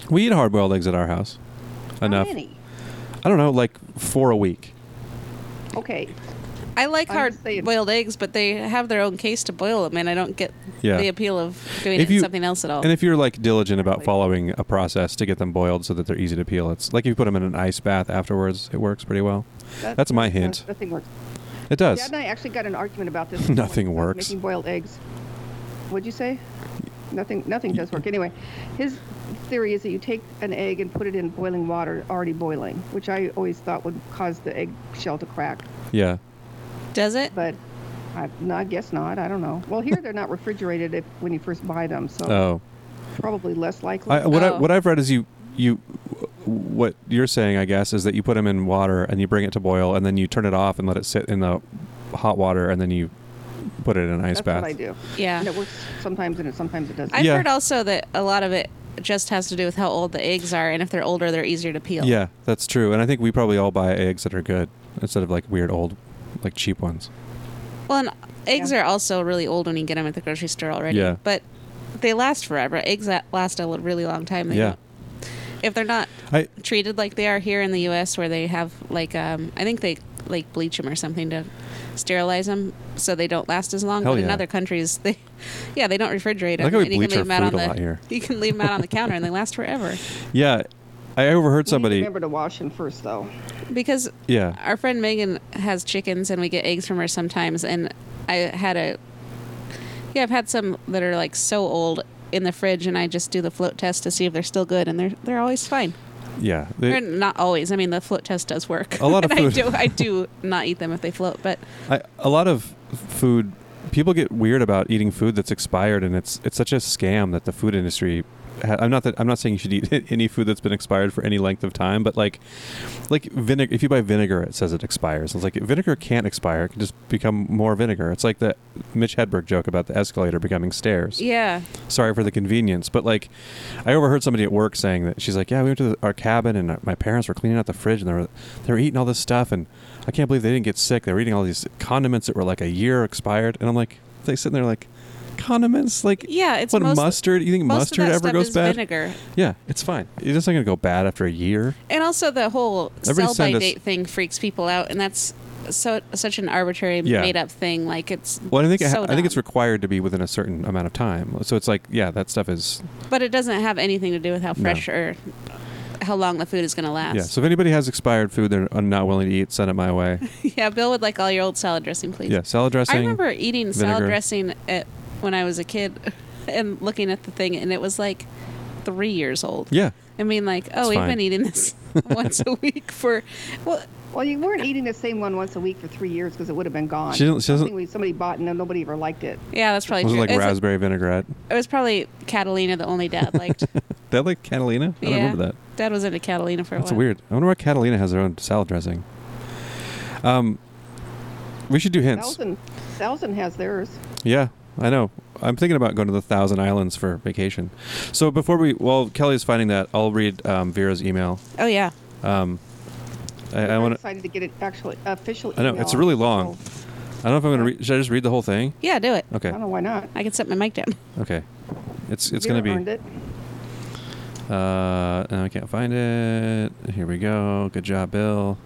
A: We eat hard boiled eggs at our house. Enough.
C: How many?
A: I don't know, like four a week.
C: Okay.
B: I like
C: I'm just
B: hard
C: saying.
B: boiled eggs, but they have their own case to boil them, and I don't get
A: Yeah.
B: the appeal of doing
A: If
B: it in
A: you-
B: something else
C: Oh.
B: at all.
A: And if you're like diligent about following a process to get them boiled so that they're easy to peel, it's like if you put them in an ice bath afterwards, it works pretty well.
C: That-
A: That's my
C: that-
A: hint.
C: Nothing works.
A: It does.
C: Dad and I actually got an argument about this.
A: Nothing
C: when I was
A: works.
C: Making boiled eggs. What'd you say? Nothing. Nothing does work. Anyway, his theory is that you take an egg and put it in boiling water, already boiling, which I always thought would cause the egg shell to crack.
A: Yeah.
B: Does it?
C: But I, no, I guess not. I don't know. Well, here they're not refrigerated if, when you first buy them, so
A: Oh.
C: probably less likely.
A: I, what I,
B: Oh.
A: what I've read is you you what you're saying I guess is that you put them in water and you bring it to boil and then you turn it off and let it sit in the hot water and then you put it in an ice
C: That's
A: bath.
C: what I do.
B: Yeah.
C: And it works sometimes, and it sometimes it doesn't.
B: I've
A: Yeah.
B: heard also that a lot of it just has to do with how old the eggs are, and if they're older, they're easier to peel.
A: Yeah, that's true. And I think we probably all buy eggs that are good instead of like weird old like cheap ones.
B: Well, and eggs
C: Yeah.
B: are also really old when you get them at the grocery store already.
A: Yeah.
B: But they last forever. Eggs that last a really long time. They
A: Yeah.
B: don't- If they're not
A: I
B: treated like they are here in the U.S., where they have like um, I think they like bleach them or something to sterilize them so they don't last as long.
A: Hell
B: but in
A: yeah.
B: other countries, they yeah they don't refrigerate
A: Like
B: them.
A: how we
B: and you can
A: bleach our
B: leave 'em out on
A: food a
B: the
A: lot here.
B: you can leave them out on the counter and they last forever.
A: yeah, I overheard
C: You
A: somebody
C: remember to wash them first, though.
B: Because
A: yeah.
B: our friend Megan has chickens and we get eggs from her sometimes and I had a yeah, I've had some that are like so old in the fridge and I just do the float test to see if they're still good and they're they're always fine.
A: Yeah.
B: Or
A: They-
B: not always. I mean the float test does work.
A: A lot of
B: And
A: food-
B: I do I do not eat them if they float, but
A: I, a lot of food people get weird about eating food that's expired and it's it's such a scam that the food industry ha- I'm not that I'm not saying you should eat any food that's been expired for any length of time but like like vinegar if you buy vinegar it says it expires it's like vinegar can't expire it can just become more vinegar it's like the Mitch Hedberg joke about the escalator becoming stairs
B: yeah.
A: sorry for the convenience but like i overheard somebody at work saying that she's like yeah we went to the, our cabin and our, my parents were cleaning out the fridge and they were they were eating all this stuff and i can't believe they didn't get sick they were eating all these condiments that were like a year expired and i'm like they sitting there like condiments like
B: Yeah, it's
A: what
B: most-
A: mustard you think
B: most of
A: mustard
B: that
A: ever
B: stuff
A: goes
B: is
A: bad
B: vinegar.
A: yeah it's fine it's not gonna go bad after a year
B: And also the whole
A: Everybody
B: sell by
A: send us-
B: date thing freaks people out and that's so such an arbitrary
A: Yeah.
B: made up thing like it's
A: well i think it ha-
B: so
A: i think it's
B: dumb.
A: required to be within a certain amount of time so it's like yeah that stuff is
B: But it doesn't have anything to do with how fresh or how long the food is going to last.
A: yeah so if anybody has expired food they're uh, not willing to eat send it my way
B: Yeah, Bill would like all your old salad dressing, please.
A: yeah salad dressing
B: I remember eating salad
A: vinegar.
B: dressing at, when I was a kid and looking at the thing, and it was like three years old.
A: yeah
B: I mean, like, oh,
A: It's
B: we've
A: fine.
B: been eating this once a week for, well,
C: Well, you weren't eating the same one once a week for three years because it would have been gone.
A: She doesn't- she doesn't-
C: Something we- somebody bought and then nobody ever liked it.
B: yeah, that's probably
A: was it
B: true.
A: like
B: it, was,
A: raspberry vinaigrette?
B: it was probably Catalina, the only dad liked.
A: That like Catalina? I
B: Yeah.
A: don't remember that.
B: dad was into Catalina for a
A: That's
B: while.
A: weird. I wonder why Catalina has her own salad dressing. Um, we should do hints.
C: Thousand, thousand has theirs.
A: Yeah, I know. I'm thinking about going to the Thousand Islands for vacation. So before we, while Kelly's finding that, I'll read um, Vera's email.
B: Oh yeah.
A: Um, I, I
C: I'm
A: want to.
C: excited to get it actually official.
A: I know
C: email.
A: it's really long.
C: So,
A: I don't know if I'm gonna read. Should I just read the whole thing?
B: Yeah, do it.
A: Okay.
C: I don't know why not.
B: I can set my mic down.
A: Okay. It's it's
C: Vera
A: gonna be.
C: earned it.
A: Uh, no, I can't find it. Here we go. Good job, Bill.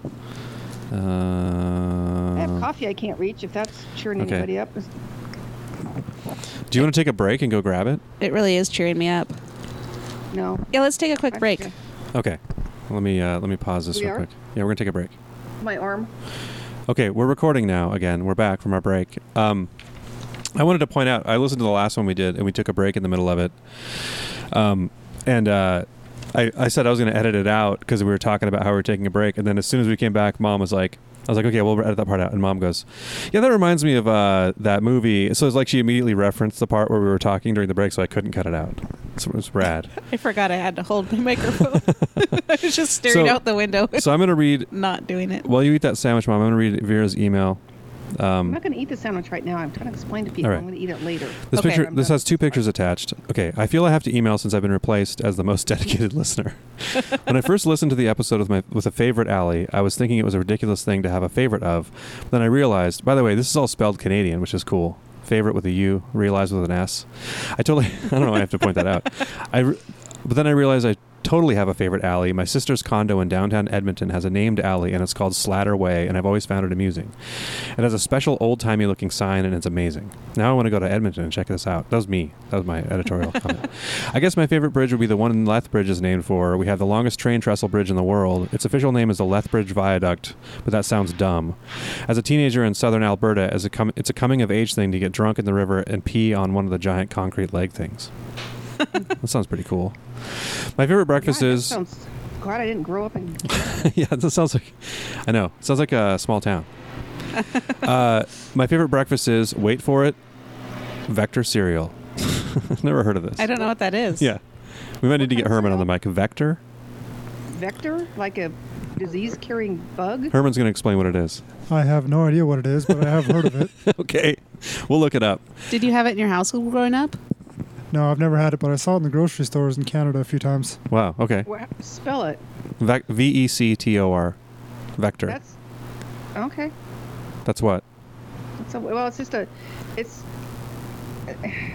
A: Uh,
C: I have coffee I can't reach. If that's cheering
A: okay.
C: anybody up, It's-
A: do you want to take a break and go grab it?
B: It really is cheering me up.
C: no.
B: Yeah, let's take a quick
C: I'm
B: break.
C: okay.
A: Okay. Let me uh, let me pause this
C: We
A: real
C: are?
A: quick. Yeah, we're gonna take a break.
C: My arm.
A: Okay, we're recording now again. We're back from our break. Um, I wanted to point out, I listened to the last one we did, and we took a break in the middle of it. Um, and uh, I, I said I was going to edit it out because we were talking about how we were taking a break. And then as soon as we came back, mom was like, I was like, okay, we'll edit that part out. And mom goes, yeah, that reminds me of uh, that movie. So it's like she immediately referenced the part where we were talking during the break, so I couldn't cut it out. It's, it's rad.
B: I forgot I had to hold my microphone. I was just staring
A: So-
B: out the window, and
A: so I'm going to read,
B: not doing it.
A: while you eat that sandwich, mom, I'm going to read Vera's email.
C: I'm
A: Um,
C: not going to eat the sandwich right now. I'm trying to explain to people.
A: All right.
C: I'm going to eat it later.
A: This
B: Okay.
A: picture.
C: I'm
A: This
C: done.
A: has two pictures attached. Okay, I feel I have to email since I've been replaced as the most dedicated listener. when I first listened to the episode with my with a favorite alley, I was thinking it was a ridiculous thing to have a favorite of. But then I realized. By the way, this is all spelled Canadian, which is cool. Favorite with a U, realized with an S. I totally. I don't know. why I have to point that out. I. re- But then I realized I totally have a favorite alley. My sister's condo in downtown Edmonton has a named alley, and it's called Slatter Way, and I've always found it amusing. It has a special old timey looking sign, and it's amazing. Now I want to go to Edmonton and check this out. That was me. That was my editorial comment. I guess my favorite bridge would be the one Lethbridge is named for. We have the longest train trestle bridge in the world. Its official name is the Lethbridge Viaduct, but that sounds dumb. As a teenager in southern Alberta, as a com- it's a coming of age thing to get drunk in the river and pee on one of the giant concrete leg things. that sounds pretty cool. My favorite breakfast
C: God, that
A: is
C: sounds- glad I didn't grow up in.
A: yeah, that sounds like. I know. It sounds like a small town. uh, my favorite breakfast is wait for it, Vector cereal. Never heard of this.
B: I don't know what that is.
A: Yeah, we might need to
C: What
A: get
C: kind of
A: Herman on the mic. Vector.
C: Vector, like a disease-carrying bug.
A: Herman's going to explain what it is.
D: I have no idea what it is, but I have heard of it.
A: okay, we'll look it up.
B: Did you have it in your household growing up?
D: No, I've never had it, but I saw it in the grocery stores in Canada a few times.
A: Wow. Okay.
C: Wha- Spell it.
A: Vec- V e c t o r, Vector. That's,
C: That's okay.
A: what.
C: It's a, well, it's just a, it's,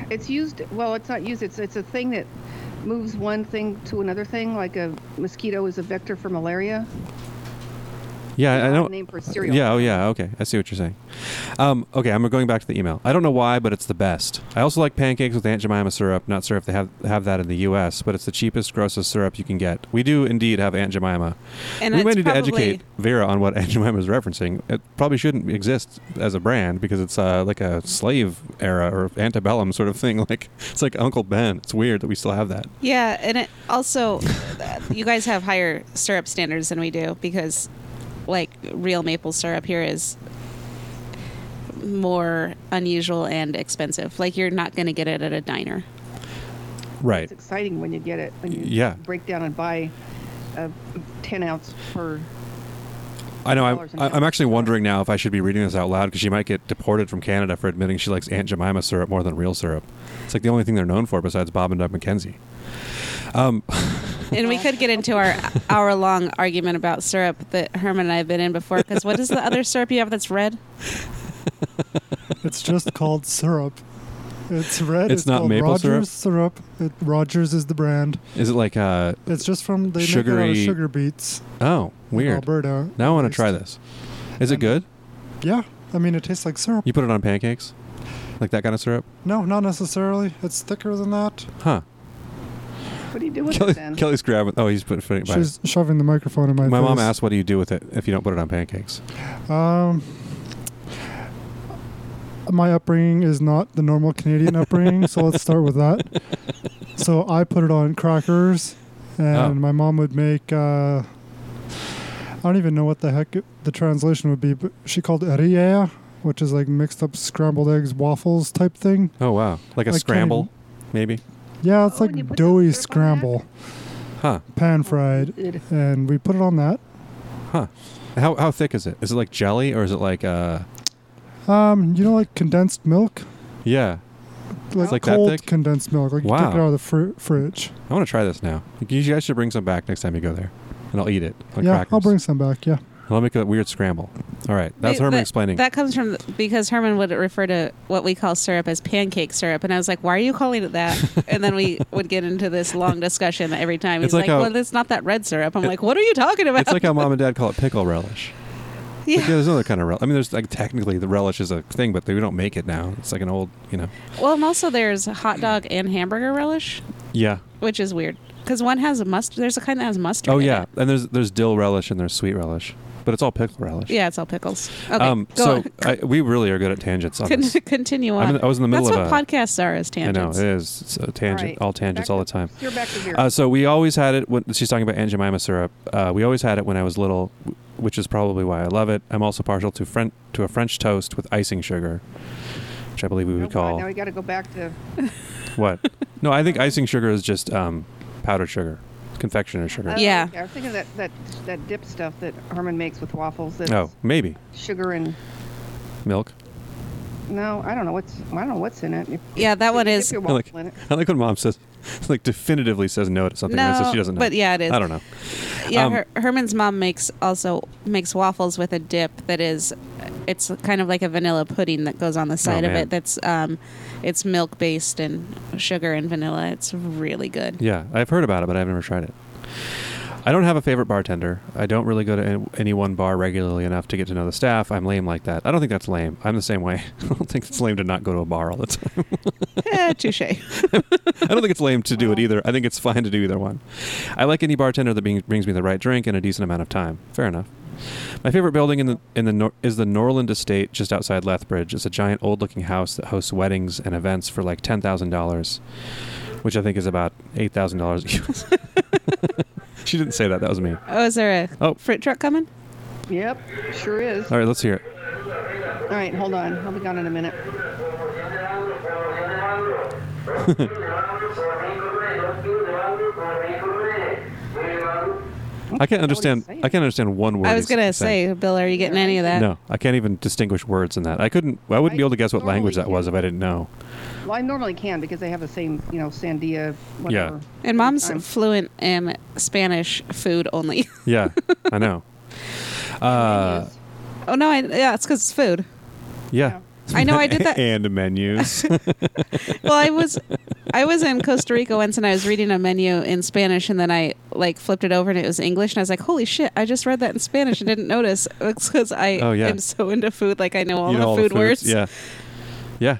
C: it's used. Well, it's not used. It's it's a thing that moves one thing to another thing. Like a mosquito is a vector for malaria.
A: Yeah, I
C: It's a
A: know.
C: Name for a cereal.
A: Yeah, oh yeah, okay. I see what you're saying. Um, okay, I'm going back to the email. I don't know why, but it's the best. I also like pancakes with Aunt Jemima syrup. Not sure if they have have that in the U.S., but it's the cheapest, grossest syrup you can get. We do indeed have Aunt Jemima.
B: And
A: we
B: it's
A: might need to
B: probably-
A: educate Vera on what Aunt Jemima is referencing. It probably shouldn't exist as a brand because it's uh, like a slave era or antebellum sort of thing. Like it's like Uncle Ben. It's weird that we still have that.
B: Yeah, and it also, uh, you guys have higher syrup standards than we do because, like, real maple syrup here is more unusual and expensive. Like, you're not going to get it at a diner.
A: Right.
C: It's exciting when you get it. When you
A: Yeah.
C: break down and buy a ten ounce per.
A: I know. I'm,
C: dollars an
A: I- I'm
C: hour.
A: actually wondering now if I should be reading this out loud because she might get deported from Canada for admitting she likes Aunt Jemima syrup more than real syrup. It's like the only thing they're known for besides Bob and Doug McKenzie. Um,
B: And we could get into our hour long argument about syrup that Herman and I have been in before because what is the other syrup you have that's red?
D: It's just called syrup. It's red.
A: It's not
D: called
A: maple syrup?
D: Rogers syrup. It, Rogers is the brand.
A: is it like uh,
D: It's just from they make a lot of
A: Sugary-
D: sugar beets.
A: oh
D: In
A: weird?
D: Alberta.
A: Now I want
D: at
A: to try
D: least.
A: this. Is it good?
D: Yeah, I mean it tastes like syrup.
A: You put it on pancakes, like that kind of syrup?
D: No, not necessarily. It's thicker than that.
A: Huh?
C: What do you do with
A: Kelly,
C: it then?
A: Kelly's grabbing. Oh, he's put- putting it by.
D: She's shoving the microphone in my,
A: My
D: face.
A: mom asked, "What do you do with it if you don't put it on pancakes?"
D: Um, my upbringing is not the normal Canadian upbringing, so let's start with that. So I put it on crackers, and
A: Oh.
D: my mom would make. Uh, I don't even know what the heck it- the translation would be, but she called it ria, which is like mixed up scrambled eggs, waffles type thing.
A: Oh wow, like a
D: I can't
A: scramble, maybe?
D: Yeah, it's
C: Oh, and you
D: like
C: put some
D: doughy
C: syrup on that?
D: scramble,
A: Huh?
D: pan fried,
C: Good.
D: and we put it on that.
A: Huh? How how thick is it? Is it like jelly or is it like uh?
D: Um, you know, like condensed milk.
A: Yeah.
D: like,
A: like that
D: cold
A: thick?
D: condensed milk. Like you
A: Wow.
D: take it out of the fr- fridge.
A: I want to try this now. You guys should bring some back next time you go there, and I'll eat it. on
D: yeah, I'll
A: crackers.
D: bring some back. Yeah.
A: And I'll make a weird scramble. All right, that's
B: Wait,
A: Herman
B: but
A: explaining.
B: That comes from because Herman would refer to what we call syrup as pancake syrup, and I was like, "Why are you calling it that?" and then we would get into this long discussion every time. He's
A: It's like
B: like,
A: a-
B: "Well, it's not that red syrup." I'm
A: It-
B: like, "What are you talking about?"
A: it's like how mom and dad call it pickle relish. Like, yeah,
B: yeah.
A: there's another kind of relish. I mean, there's like technically the relish is a thing, but they don't make it now. It's like an old, you know.
B: Well, and also there's hot dog and hamburger relish,
A: Yeah.
B: which is weird because one has a mustard. There's a kind that has mustard.
A: Oh
B: in
A: yeah,
B: it.
A: and there's there's dill relish and there's sweet relish, but it's all pickle relish.
B: Yeah, it's all pickles. Okay,
A: um.
B: go
A: so
B: on.
A: I, we really are good at tangents on
B: Con-
A: this.
B: continue
A: I'm
B: on.
A: in- I was in the middle
B: That's
A: of
B: what
A: a-
B: podcasts are as
A: I know eh?
B: tangents.
A: it is it's a
C: All
A: tangent,
C: right.
A: all tangents
C: Back
A: all the
C: to-
A: time.
C: You're back to here.
A: Uh, so we always had it when she's talking about Aunt Jemima syrup. Uh, we always had it when I was little, w- which is probably why I love it. I'm also partial to French to a French toast with icing sugar, which I believe we
C: Oh,
A: would
C: God,
A: call
C: Now we got to go back to.
A: what? No, I think icing sugar is just um, powdered sugar, confectioner
C: Oh,
A: sugar.
B: Yeah.
C: okay. I was thinking that, that that dip stuff that Herman makes with waffles. That's
A: oh, maybe
C: Sugar and
A: milk.
C: no, I don't know what's I don't know what's in it. If-
B: Yeah, that one
C: if
B: Oh, is.
C: you're
A: I like,
C: waffling it.
A: I like when mom says, like definitively says no to something. and
B: No,
A: says she doesn't know.
B: but yeah, it is.
A: I don't know.
B: Yeah,
A: Um,
B: Her- Herman's mom makes also makes waffles with a dip that is, it's kind of like a vanilla pudding that goes on the side of
A: Oh, man.
B: it. That's um, it's milk based and sugar and vanilla. It's really good.
A: Yeah, I've heard about it, but I've never tried it. I don't have a favorite bartender. I don't really go to any- any one bar regularly enough to get to know the staff. I'm lame like that. I don't think that's lame. I'm the same way. I don't think it's lame to not go to a bar all the time.
B: Eh, touche.
A: I don't think it's lame to do it either. I think it's fine to do either one. I like any bartender that being, brings me the right drink in a decent amount of time. Fair enough. My favorite building in the in the nor- is the Norland Estate just outside Lethbridge. It's a giant old-looking house that hosts weddings and events for like ten thousand dollars, which I think is about eight thousand dollars. she didn't say that. That was me.
B: Oh, is there a
A: Oh.
B: fruit truck coming?
C: Yep, sure is.
A: All right, let's hear it.
C: All right, hold on. I'll be gone in a minute.
A: I can't
C: What is he
A: understand.
C: saying?
A: I can't understand one word.
B: I was
A: he's
B: gonna
A: saying.
B: say, Bill, are you getting any of that?
A: No, I can't even distinguish words in that. I couldn't. I wouldn't be able to guess what
C: I
A: language that
C: normally
A: was if I didn't know.
C: Well, I normally can because they have the same, you know, sandia, whatever.
B: And mom's
C: Anytime.
B: fluent in Spanish food only.
A: Yeah, I know. Uh,
C: Menus.
B: oh no, I, yeah, it's because it's food.
A: yeah.
B: I know I did that.
A: and menus.
B: well i was i was in costa rica once and i was reading a menu in spanish and then i like flipped it over and it was english and i was like holy shit i just read that in spanish and didn't notice it's because i
A: Oh, yeah.
B: am so into food like i know all
A: you
B: the
A: know all
B: food
A: the foods.
B: words
A: Yeah. Yeah.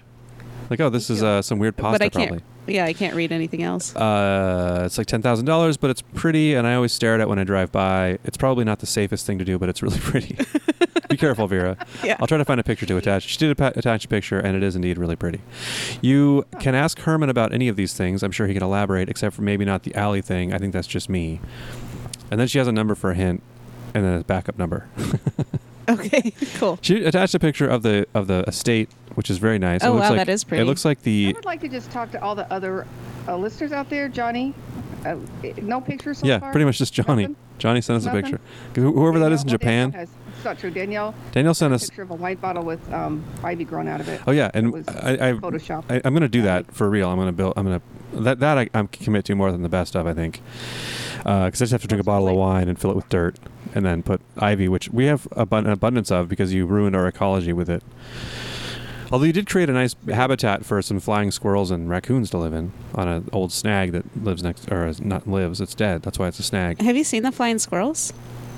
A: Like oh, this is uh, some weird pasta
B: but i can't
A: probably.
B: yeah i can't read anything else
A: Uh, it's like ten thousand dollars, but it's pretty, and I always stare at it when I drive by. It's probably not the safest thing to do, but it's really pretty. Be careful, Vera.
B: Yeah.
A: I'll try to find a picture to attach. She did a pa- attach a picture, and it is indeed really pretty. You can ask Herman about any of these things. I'm sure he can elaborate, except for maybe not the alley thing. I think that's just me. And then she has a number for a hint, and then a backup number.
B: okay cool
A: She attached a picture of the of the estate, which is very nice.
B: Oh,
A: looks
B: wow,
A: like-
B: that is pretty.
A: It looks like
C: I
A: the
C: would like to just talk to all the other uh, listeners out there, Johnny. Uh, no pictures so
A: yeah,
C: far?
A: pretty much just Johnny.
C: Nothing?
A: Johnny sent us
C: Nothing?
A: a picture. Wh- Whoever that is in
C: Danielle-
A: Japan,
C: well, Danielle has- It's not true. Danielle,
A: Danielle sent
C: a
A: us.
C: picture of a wine bottle with um, ivy grown out of it.
A: Oh yeah,
C: It
A: and
C: was
A: I, I,
C: Photoshop.
A: I I'm gonna do that for real. I'm gonna build. I'm gonna that that I, I'm commit to more than the best of I think, because I just have to drink a bottle of wine and fill it with dirt, and then put ivy, which we have abun- an abundance of because you ruined our ecology with it. Although you did create a nice habitat for some flying squirrels and raccoons to live in on an old snag that lives next, or is not lives, it's dead. That's why it's a snag.
B: have you seen the flying squirrels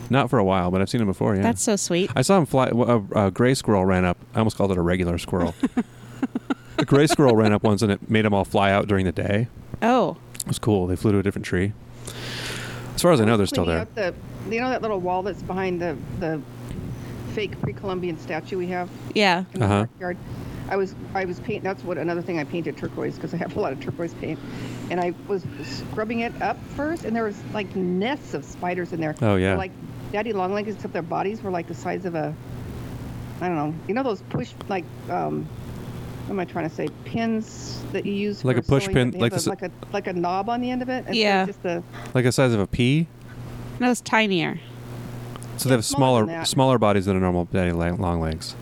A: Not for a while, but I've seen them before. Yeah,
B: that's so sweet
A: I saw him fly. A, a gray squirrel ran up. I almost called it a regular squirrel. a gray squirrel ran up once, and it made them all fly out during the day.
B: oh
A: It was cool. They flew to a different tree. As far as I know, they're still
C: Cleaning
A: there.
C: out The, you know that little wall that's behind the, the fake pre-Columbian statue we have
B: yeah
C: in the
A: Uh-huh.
C: backyard? I was I was paint. That's what another thing I painted turquoise because I have a lot of turquoise paint, and I was scrubbing it up first, and there was like nests of spiders in there.
A: Oh,
C: They're
A: yeah.
C: like daddy long legs, except their bodies were like the size of a, I don't know. You know those push like. um what am I trying to say? Pins that you use
A: Like
C: for
A: a push
C: sewing,
A: pin,
C: but they
A: like
C: have
A: the
C: a, like a like a knob on the end of it. and so it's
B: Yeah.
C: Just uh, the
A: Like the size of a pea.
B: no it's tinier
A: So they have
C: smaller
A: smaller
C: than that.
A: smaller bodies than a normal daddy li- long legs.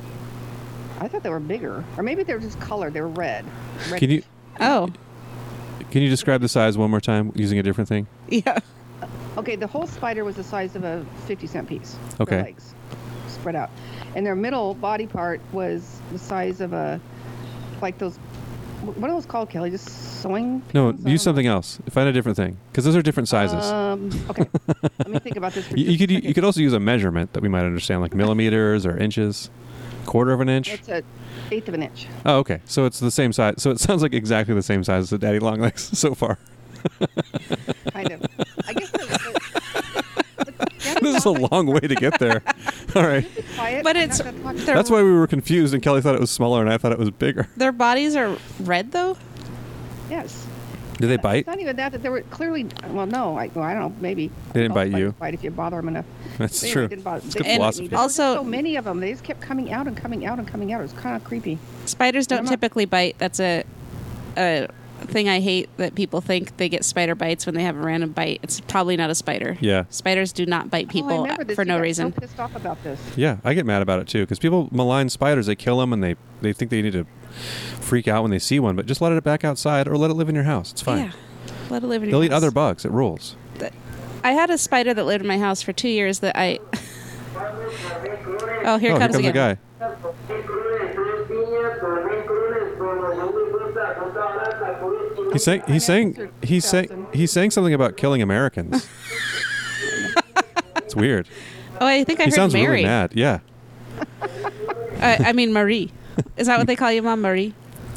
C: I thought they were bigger, or maybe they were just colored. They were red. red.
A: Can you
B: Oh,
A: can you describe the size one more time using a different thing?
B: yeah.
C: Okay, the whole spider was the size of a 50 cent piece.
A: Okay.
C: Their legs spread out. And their middle body part was the size of a, like those, what are those called, Kelly? Just sewing?
A: No,
C: pins? I
A: use
C: don't know.
A: something else. Find a different thing because those are different sizes.
C: Um, okay. Let me think about this. For
A: you, you
C: just a
A: could you,
C: second.
A: could also use a measurement that we might understand, like millimeters or inches, quarter of an inch.
C: It's a eighth of an inch.
A: Oh, okay. So it's the same size. So it sounds like exactly the same size as the daddy long legs so far.
C: Kind of. I guess the, the- the- that
A: this is a
C: not like-
A: long way to get there. All right.
C: quiet.
B: But
C: I'm
B: it's-
C: not gonna talk-
B: they're-
A: That's why we were confused, and Kelly thought it was smaller, and I thought it was bigger.
B: Their bodies are red though.
C: yes.
A: Did they bite?
C: It's not even that. That they were clearly. Well, no. I, well, I don't know. Maybe
A: They didn't
C: Oh,
A: bite
C: might
A: you.
C: Bite if you bother them enough.
A: That's
C: Anyway,
A: true.
C: didn't bother-
A: It's
C: they
A: good
C: didn't
A: philosophy.
C: need to. There was just
B: Also-
C: so many of them. They just kept coming out and coming out and coming out. It was kind of creepy.
B: Spiders don't
C: I'm not-
B: typically bite. That's a a thing I hate that people think they get spider bites when they have a random bite. It's probably not a spider.
A: Yeah.
B: Spiders do not bite
C: oh, I
B: people uh,
C: remember this.
B: for
C: You
B: no
C: got
B: reason.
C: So pissed off about this.
A: Yeah, I get mad about it too because people malign spiders. They kill them and they, they think they need to freak out when they see one, but just let it back outside or let it live in your house. It's fine.
B: Yeah. Let it live in your
A: They'll eat
B: house.
A: other bugs. It rules.
B: Th- I had a spider that lived in my house for two years that I. oh, here
A: oh, here
B: it comes
A: comes
B: again.
A: a guy. He sang. He sang. He sang. He sang something about killing Americans. it's weird.
B: Oh, I think I
A: He
B: heard
A: sounds
B: Mary. Uh,
A: really mad. Yeah,
B: I, I mean Marie. Is that what they call you, Mom Marie?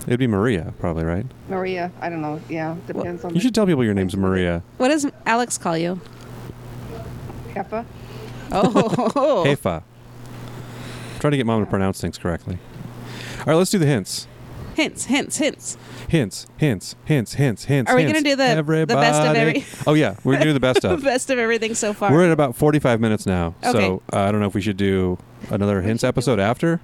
A: it'd be Maria probably, right?
C: Maria, I don't know. Yeah, depends on
A: You should tell people your name's Maria.
B: What does Alex call you?
C: the Heffa.
B: Oh,
A: Hefa. Try to get mom to pronounce things correctly. All right, let's do the hints.
B: hints, hints, hints.
A: Hints, hints, hints, hints, hints.
B: Are we
A: hints.
B: gonna do the- the best of every-
A: Everybody- Oh yeah, we're gonna do the best of.
B: Best of everything so far.
A: We're at about forty-five minutes now,
B: Okay.
A: so uh, I don't know if we should do another hints episode after.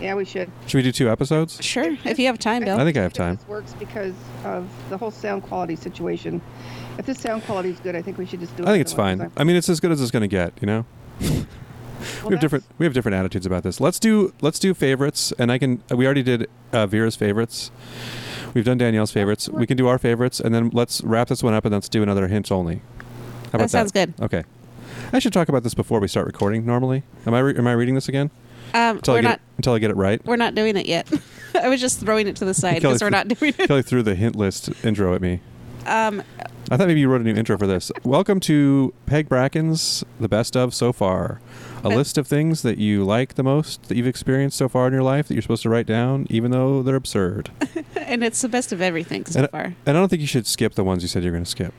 C: Yeah, we should.
A: Should we do two episodes?
B: sure, if you have time, Bill.
A: I think I have time.
C: This works because of the whole sound quality situation. If this sound quality is good, I think we should just do.
A: I think it's
C: another one,
A: fine.
C: 'cause
A: I mean, it's as good as it's gonna get. You know,
C: I'm- well,
A: we have different
C: that's-
A: we have different attitudes about this. Let's do let's do favorites, and I can. We already did uh, Vera's favorites. We've done Danielle's favorites. We can do our favorites, and then let's wrap this one up, and let's do another hints only. How about
B: that sounds good.
A: Okay. I should talk about this before we start recording. Normally, am I re- am I reading this again
B: Um,
A: until
B: we're
A: I get
B: not.
A: it, until I get it right?
B: We're not doing it yet. I was just throwing it to the side
A: Kelly
B: because we're not doing it.
A: Kelly threw the hint list intro at me.
B: Um,
A: I thought maybe you wrote a new intro for this. Welcome to Peg Bracken's The Best of So Far, a
B: But-
A: list of things that you like the most that you've experienced so far in your life that you're supposed to write down, even though they're absurd.
B: and it's the best of everything so
A: and, uh,
B: far.
A: and I don't think you should skip the ones you said you're going to skip.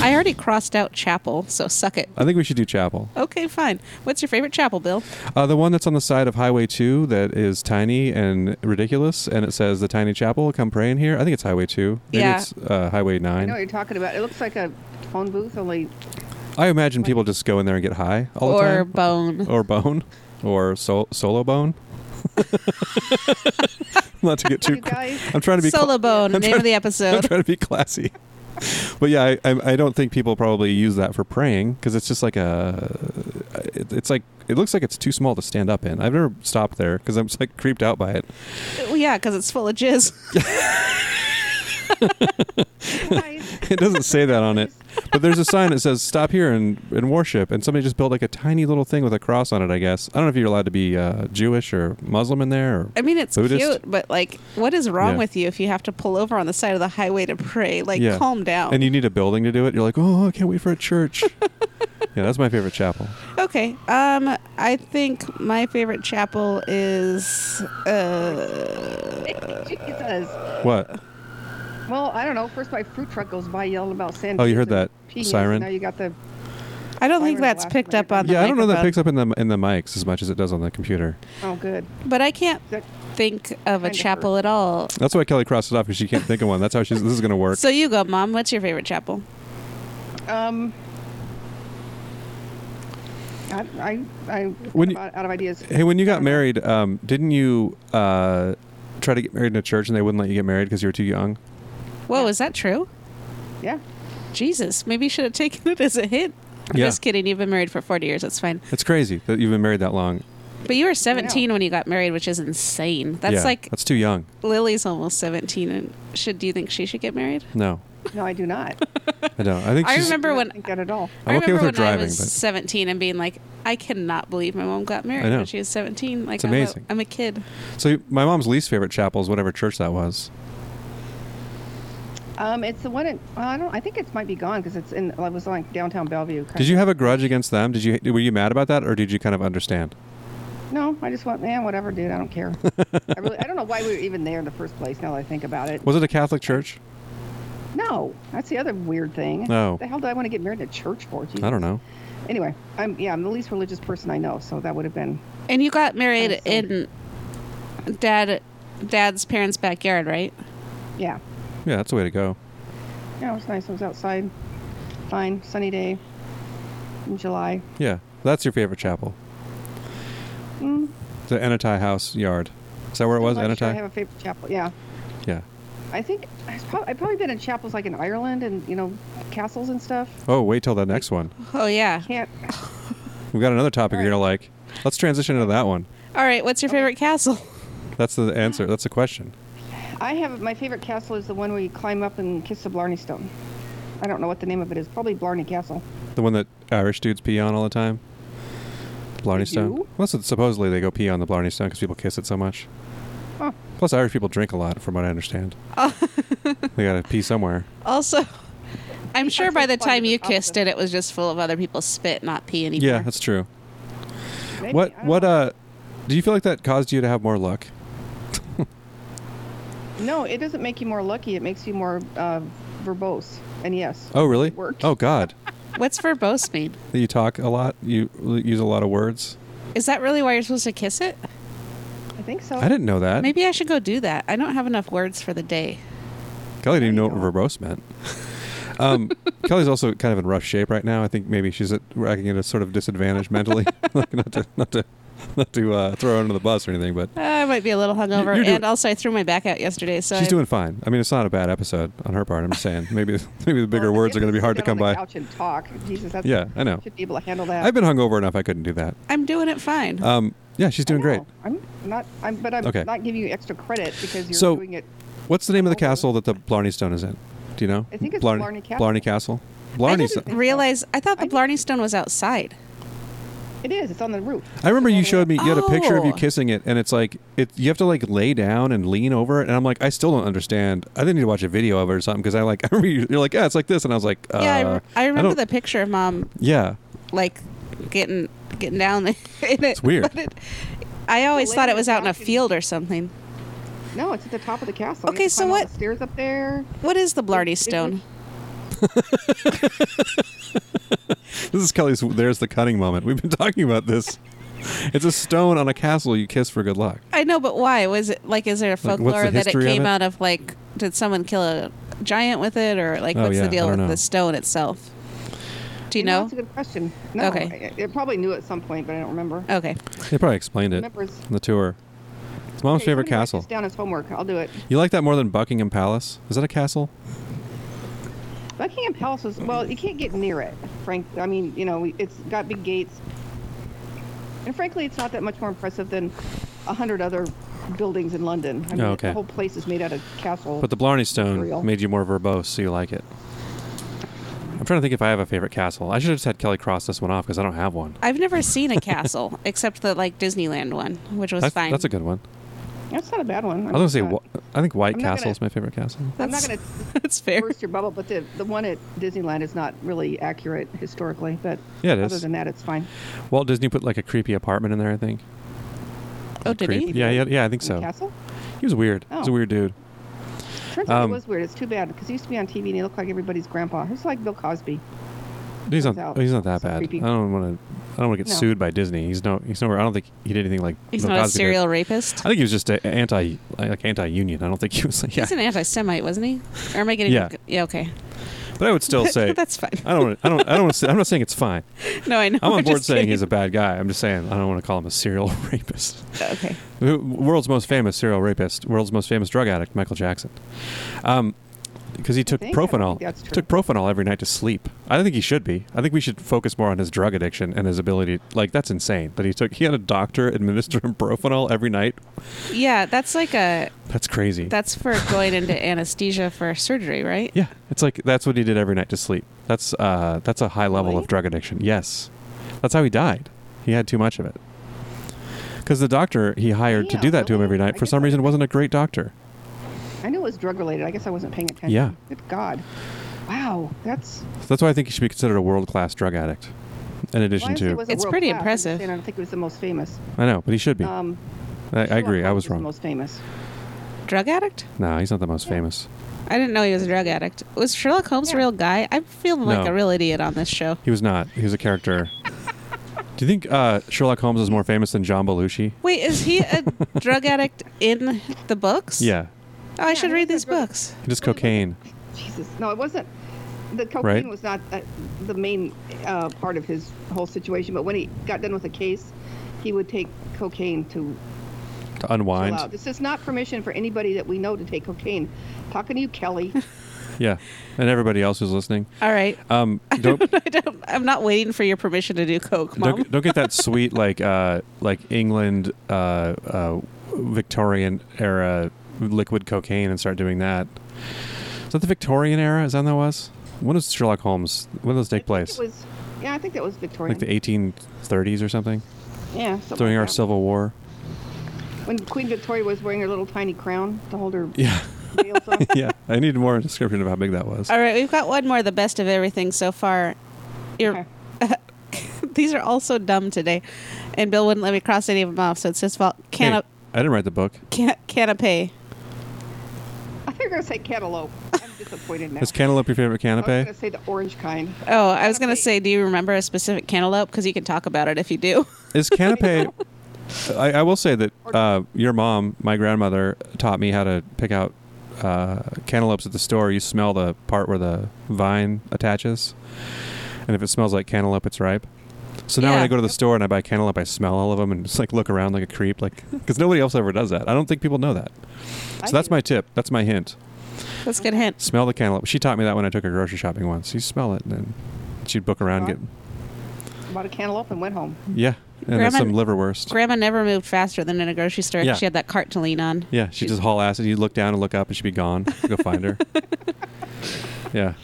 B: I already crossed out chapel, so suck it.
A: I think we should do Chapel.
B: Okay, fine. What's your favorite chapel, Bill?
A: Uh, the one that's on the side of Highway 2 that is tiny and ridiculous, and it says the tiny chapel, come pray in here. I think it's Highway 2. Maybe
B: Yeah.
A: it's uh, Highway
C: I know what
A: 9.
C: you're talking about. It looks like a phone booth, only
A: I imagine people just go in there and get high all the
B: or
A: time.
B: bone.
A: or bone or sol- solo bone. Not to get too.
C: you guys.
A: I'm trying to be. cla-
B: Solo bone,
A: I'm
B: name
A: trying-
B: of the
A: I'm
B: episode.
A: trying to be classy. But yeah, I, I, I don't think people probably use that for praying because it's just like a. It, it's like it looks like it's too small to stand up in. I've never stopped there because I'm just like creeped out by it.
B: Well, yeah, because it's full of jizz.
C: Guys,
A: It doesn't say that on it, but there's a sign that says "Stop here and, and worship," and somebody just built like a tiny little thing with a cross on it. I guess I don't know if you're allowed to be uh, Jewish or Muslim in there. Or
B: I mean, it's
A: Buddhist?
B: cute, but like, what is wrong
A: Yeah.
B: with you if you have to pull over on the side of the highway to pray? Like,
A: Yeah.
B: calm down.
A: and you need a building to do it. You're like, oh, I can't wait for a church. yeah, that's my favorite chapel.
B: okay. Um, I think my favorite chapel is. Uh,
C: Jesus.
A: What?
C: Well, I don't know. First, my fruit truck goes by yelling about San.
A: Oh, you heard
C: Pedro's and
A: that
C: peanuts, and
A: siren?
C: Now you got the.
B: I don't think
C: Byron's
B: that's
C: last
B: picked up on the
A: Yeah, I don't know that
B: microphone,
A: picks up in the in the mics as much as it does on the computer.
C: Oh, good.
B: But I can't
C: That-
B: think of a
C: Kinda
B: chapel at all.
A: That's why Kelly crossed it off because she can't think of one. That's how she's. This is gonna work.
B: So you go, Mom. What's your favorite chapel?
C: Um. I I I'm
A: When you-
C: about out of ideas.
A: Hey, when you
C: I
A: got
C: don't know.
A: married, um, didn't you uh, try to get married in a church and they wouldn't let you get married because you were too young?
B: Whoa, is that true?
C: Yeah.
B: Jesus, maybe you should have taken it as a hint. I'm
A: Yeah.
B: just kidding. You've been married for 40 years. That's fine.
A: It's crazy that you've been married that long.
B: But you were 17 when you got married, which is insane. That's
A: Yeah,
B: like
A: that's too young.
B: Lily's almost 17, and should do you think she should get married?
A: No,
C: No, I do not.
A: I don't. I think
B: I
A: she's,
B: remember
C: I don't
B: when
C: think that at all.
B: I
A: I'm okay with
B: remember
A: her
B: when
A: driving,
B: I was
A: but
B: 17 and being like, I cannot believe my mom got married
A: I know.
B: when she was 17. Like,
A: It's
B: I'm a-
A: amazing.
B: I'm a kid.
A: so my mom's least favorite chapel is whatever church that was.
C: Um, it's the one. In, well, I don't. I think it might be gone because it's in. It was like downtown Bellevue. kind
A: Did
C: of.
A: you have a grudge against them? Did you were you mad about that, or did you kind of understand?
C: No, I just went. Man, whatever, dude. I don't care. I really. I don't know why we were even there in the first place. Now that I think about it.
A: Was it a Catholic church?
C: No, that's the other weird thing.
A: No.
C: The hell do I want to get married in a church for? Jesus.
A: I don't know.
C: Anyway, I'm yeah. I'm the least religious person I know, so that would have been.
B: And you got married
C: I
B: in dad dad's parents' backyard, right?
C: Yeah.
A: Yeah, that's the way to go.
C: Yeah, it was nice. I was outside. Fine, sunny day. In July.
A: Yeah, that's your favorite chapel.
C: Mm,
A: The Anatai House yard. Is that where it was?
C: I'm not sure I
A: Anatai.
C: have a favorite chapel. Yeah.
A: yeah.
C: I think I've prob- I've probably been in chapels like in Ireland and you know castles and stuff.
A: Oh, wait till the next one.
B: Oh yeah.
C: Can't.
A: We've got another topic you're gonna like. Let's transition into that one.
B: All right, what's your favorite castle?
A: That's the answer. That's the question.
C: I have my favorite castle is the one where you climb up and kiss the Blarney Stone. I don't know what the name of it is. Probably Blarney Castle.
A: The one that Irish dudes pee on all the time. Blarney
C: They
A: Stone.
C: do?
A: Plus, it's- supposedly they go pee on the Blarney Stone because people kiss it so much.
C: Huh.
A: Plus, Irish people drink a lot, from what I understand. they gotta pee somewhere.
B: Also, I'm sure
C: That's
B: by
C: so
B: the
C: funny
B: time
C: that
B: you
C: it's awesome.
B: kissed it, it was just full of other people's spit, not pee anymore.
A: Yeah, that's true.
C: Maybe, I
A: What?
C: don't
A: What?
C: know.
A: Uh, do you feel like that caused you to have more luck?
C: No, it doesn't make you more lucky. It makes you more uh, verbose. And yes.
A: Oh, really?
C: It worked.
A: Oh, God.
B: What's verbose mean?
A: you talk a lot. You l- use a lot of words.
B: Is that really why you're supposed to kiss it?
C: I think so.
A: I didn't know that.
B: Maybe I should go do that. I don't have enough words for the day.
A: Kelly didn't even know
C: you
A: what
C: go.
A: verbose meant. Um, Kelly's also kind of in rough shape right now. I think maybe she's at, acting at a sort of disadvantage mentally. Like, not to not to not to uh, throw her under the bus or anything, but
B: Uh, I might be a little hungover,
A: you're doing-
B: and also I threw my back out yesterday, so
A: she's
B: I-
A: doing fine. I mean, it's not a bad episode on her part. I'm just saying maybe maybe the bigger words are going to be hard to come
C: on
A: by.
C: the Couch and talk. Jesus, that's,
A: Yeah, I know.
C: Should be able to handle that.
A: I've been hungover enough. I couldn't do that.
B: I'm doing it fine.
A: Um, yeah, she's doing
C: I
A: great.
C: know. I'm not. I'm, but I'm
A: Okay.
C: not giving you extra credit because you're
A: So-
C: doing it.
A: What's the name of the
C: Hungover.
A: castle that the Blarney Stone is in? Do you know?
C: I think it's Blarney Castle.
A: Blarney Castle.
B: I
A: Blarney.
B: didn't
A: Stone.
B: realize. I thought the
C: I didn't-
B: Blarney Stone was outside.
C: It is. It's on the roof.
A: I remember you showed me you had a picture of you
B: Oh.
A: kissing it, and it's like it. You have to like lay down and lean over it, and I'm like, I still don't understand. I think I need to watch a video of it or something because I like. I remember you, you're like, yeah, it's like this, and I was like, uh,
B: yeah, I, re- I remember
A: don't-
B: the picture of mom
A: Yeah,
B: like getting getting down in it. It's
A: weird.
B: I always
C: The
B: thought it
C: lady
B: was out in a
C: walking-
B: field or something.
C: No, it's at the top of the castle. You
B: Okay,
C: have to
B: so
C: climb all
B: what-
C: The stairs up there.
B: What is the Blarney
C: It- it
B: Stone?
A: this is Kelly's. There's the cunning moment. We've been talking about this. it's a stone on a castle you kiss for good luck.
B: I know, but why was it like? Is there a
A: Like, what's the
B: folklore that it
A: history of
B: came
A: it?
B: out of? Like, did someone kill a giant with it, or like,
A: Oh,
B: what's
A: yeah,
B: the
A: I
B: deal
A: don't
B: with
A: know.
B: the stone itself? Do you know?
C: That's a good question. No,
B: Okay. Oh.
C: I, I probably knew at some point, but I don't remember.
B: Okay,
A: They probably explained it
C: Remembers-
A: in the tour. It's mom's
C: Okay,
A: favorite
C: somebody write
A: castle.
C: this down as homework. I'll do it.
A: You like that more than Buckingham Palace? Is that a castle?
C: Buckingham Palace is well. You can't get near it, Frank. I mean, you know, we- it's got big gates, and frankly, it's not that much more impressive than a hundred other buildings in London. I mean,
A: Oh, okay.
C: the whole place is made out of castle.
A: But the Blarney
C: Material.
A: Stone made you more verbose, so you like it. I'm trying to think if I have a favorite castle. I should have just had Kelly cross this one off because I don't have one.
B: I've never seen a castle except the like Disneyland one, which was
A: That's,
B: fine.
A: that's a good one.
C: that's not a bad one.
A: I was gonna say,
C: what?
A: Wh- I think White
C: I'm not
A: Castle
C: gonna-
A: is my favorite castle.
C: I'm not
B: That's-
C: going
B: That's fair.
C: to burst your bubble, but the, the one at Disneyland is not really accurate historically. But
A: Yeah, it
C: other
A: is.
C: than that, it's fine.
A: Walt Disney put like a creepy apartment in there. I think.
B: Oh, did
A: Creep-
B: he?
A: Yeah, yeah, yeah. I think
C: In the
A: so.
C: castle?
A: He was weird. He was a
C: Oh.
A: weird dude.
C: Turns out
A: Um,
C: it was weird. It's too bad because he used to be on TV and he looked like everybody's grandpa. He's like Bill Cosby.
A: He's
C: Turns
A: not.
C: out
A: He's not that
C: it's
A: bad.
C: creepy.
A: I don't want to. I don't want to get
C: No.
A: sued by Disney. He's no. He's nowhere. I don't think he did anything like.
B: He's
A: Bill
B: not a
A: Cosby did.
B: serial rapist.
A: I think he was just a, anti, like anti-union. I don't think he was. Like, yeah.
B: He's an anti-Semite, wasn't he? Or am I getting?
A: Yeah.
B: yeah okay.
A: But I would still say.
B: that's fine.
A: I don't. I don't. I don't. Say, I'm not saying it's fine.
B: No, I know.
A: I'm
B: We're
A: on board
B: just
A: saying
B: kidding.
A: he's a bad guy. I'm just saying I don't want to call him a serial rapist.
C: Uh,
B: okay.
A: Who- World's most famous serial rapist, world's most famous drug addict, Michael Jackson, because he took
C: think- I don't
A: Profanol.
C: think that's true.
A: Took Profanol every night to sleep. I think he should be. I think we should focus more on his drug addiction and his ability. Like that's insane that he took. He had a doctor administer him Propanol every night.
B: Yeah, that's like a
A: That's crazy.
B: that's for going into anesthesia for surgery, right?
A: yeah, it's like that's what he did every night to sleep. That's uh, that's a high level of
C: Really?
A: drug addiction. Yes, that's how he died. He had too much of it. Because the doctor he hired to
C: Yeah,
A: do that to him
C: really?
A: every
C: I
A: night for
C: guess
A: some
C: I
A: reason
C: didn't-
A: wasn't a great doctor.
C: I knew it was drug related. I guess I wasn't paying attention.
A: Yeah.
C: Good God. Wow. That's.
A: So that's why I think he should be considered a world class drug addict. In addition
C: Lionsgate
A: to,
C: was a
B: It's
C: world
B: pretty
C: class. I'm just
B: impressive.
C: saying I don't think it was the most famous.
A: I know, but he should be.
C: Um,
A: I, I agree.
C: Sherlock
A: I
C: Holmes
A: was
C: The
A: wrong.
C: most famous.
B: Drug addict?
A: No, he's not the most
C: Yeah.
A: famous.
B: I didn't know he was a drug addict. Was Sherlock Holmes a
C: Yeah.
B: real guy? I'm feeling like
A: No.
B: a real idiot on this show.
A: He was not. He was a character. Do you think uh, Sherlock Holmes is more famous than John Belushi?
B: Wait, is he a drug addict in the books?
A: Yeah,
B: Oh, I
C: Yeah,
B: should
C: he
B: read
C: was a
B: these
C: drug-
B: books.
A: he does cocaine.
C: Jesus. No, it wasn't. The cocaine
A: Right.
C: was not uh, the main uh, part of his whole situation, but when he got done with a case, he would take cocaine to
A: to
C: chill
A: unwind.
C: out. This is not permission for anybody that we know to take cocaine. Talking to you, Kelly.
A: Yeah, and everybody else who's listening,
B: All right.
A: um, don't,
B: I don't, I'm not waiting for your permission to do coke, mom.
A: don't don't get that sweet like uh, like England uh, uh, Victorian era liquid cocaine and start doing that. Is that the Victorian era? Is that when that was? When does Sherlock Holmes? When does this take place?
C: It was, yeah, I think that was Victorian.
A: Like the 1830s or something?
C: yeah, something
A: During
C: like
A: our
C: that.
A: Civil War.
C: When Queen Victoria was wearing her little tiny crown to hold her
A: Yeah,
C: veils on.
A: yeah. I need more description of how big that was.
B: All right, we've got one more. The best of everything so far. You're,
C: Okay.
B: These are all so dumb today, and Bill wouldn't let me cross any of them off, so it's his fault.
A: Hey,
B: Canna,
A: I didn't write the book.
B: can, canapé.
C: I thought you were going to say cantaloupe. I'm disappointed now.
A: Is cantaloupe your favorite
C: I was going
A: canapé?
C: to say the orange kind.
B: Oh, I was gonna
C: Canapé.
B: say, do you remember a specific cantaloupe? Because you can talk about it if you do.
A: Is canapé? I, I will say that uh, your mom, my grandmother, taught me how to pick out uh, cantaloupes at the store. You smell the part where the vine attaches, and if it smells like cantaloupe, it's ripe. So now when
B: Yeah.
A: I go to the store and I buy cantaloupe, I smell all of them and just like look around like a creep, like because nobody else ever does that. I don't think people know that. So that's my tip. That's my hint.
B: That's a good hint.
A: Smell the cantaloupe. She taught me that when I took her grocery shopping once. You smell it, and then she'd book around and get
C: Bought a cantaloupe and went home.
A: Yeah, and then
B: Grandma-
A: some liverwurst.
B: Grandma never moved faster than in a grocery store. 'cause
A: Yeah.
B: She had that cart to lean on.
A: yeah, she'd just haul ass, and you'd look down and look up, and she'd be gone. Go find her. yeah.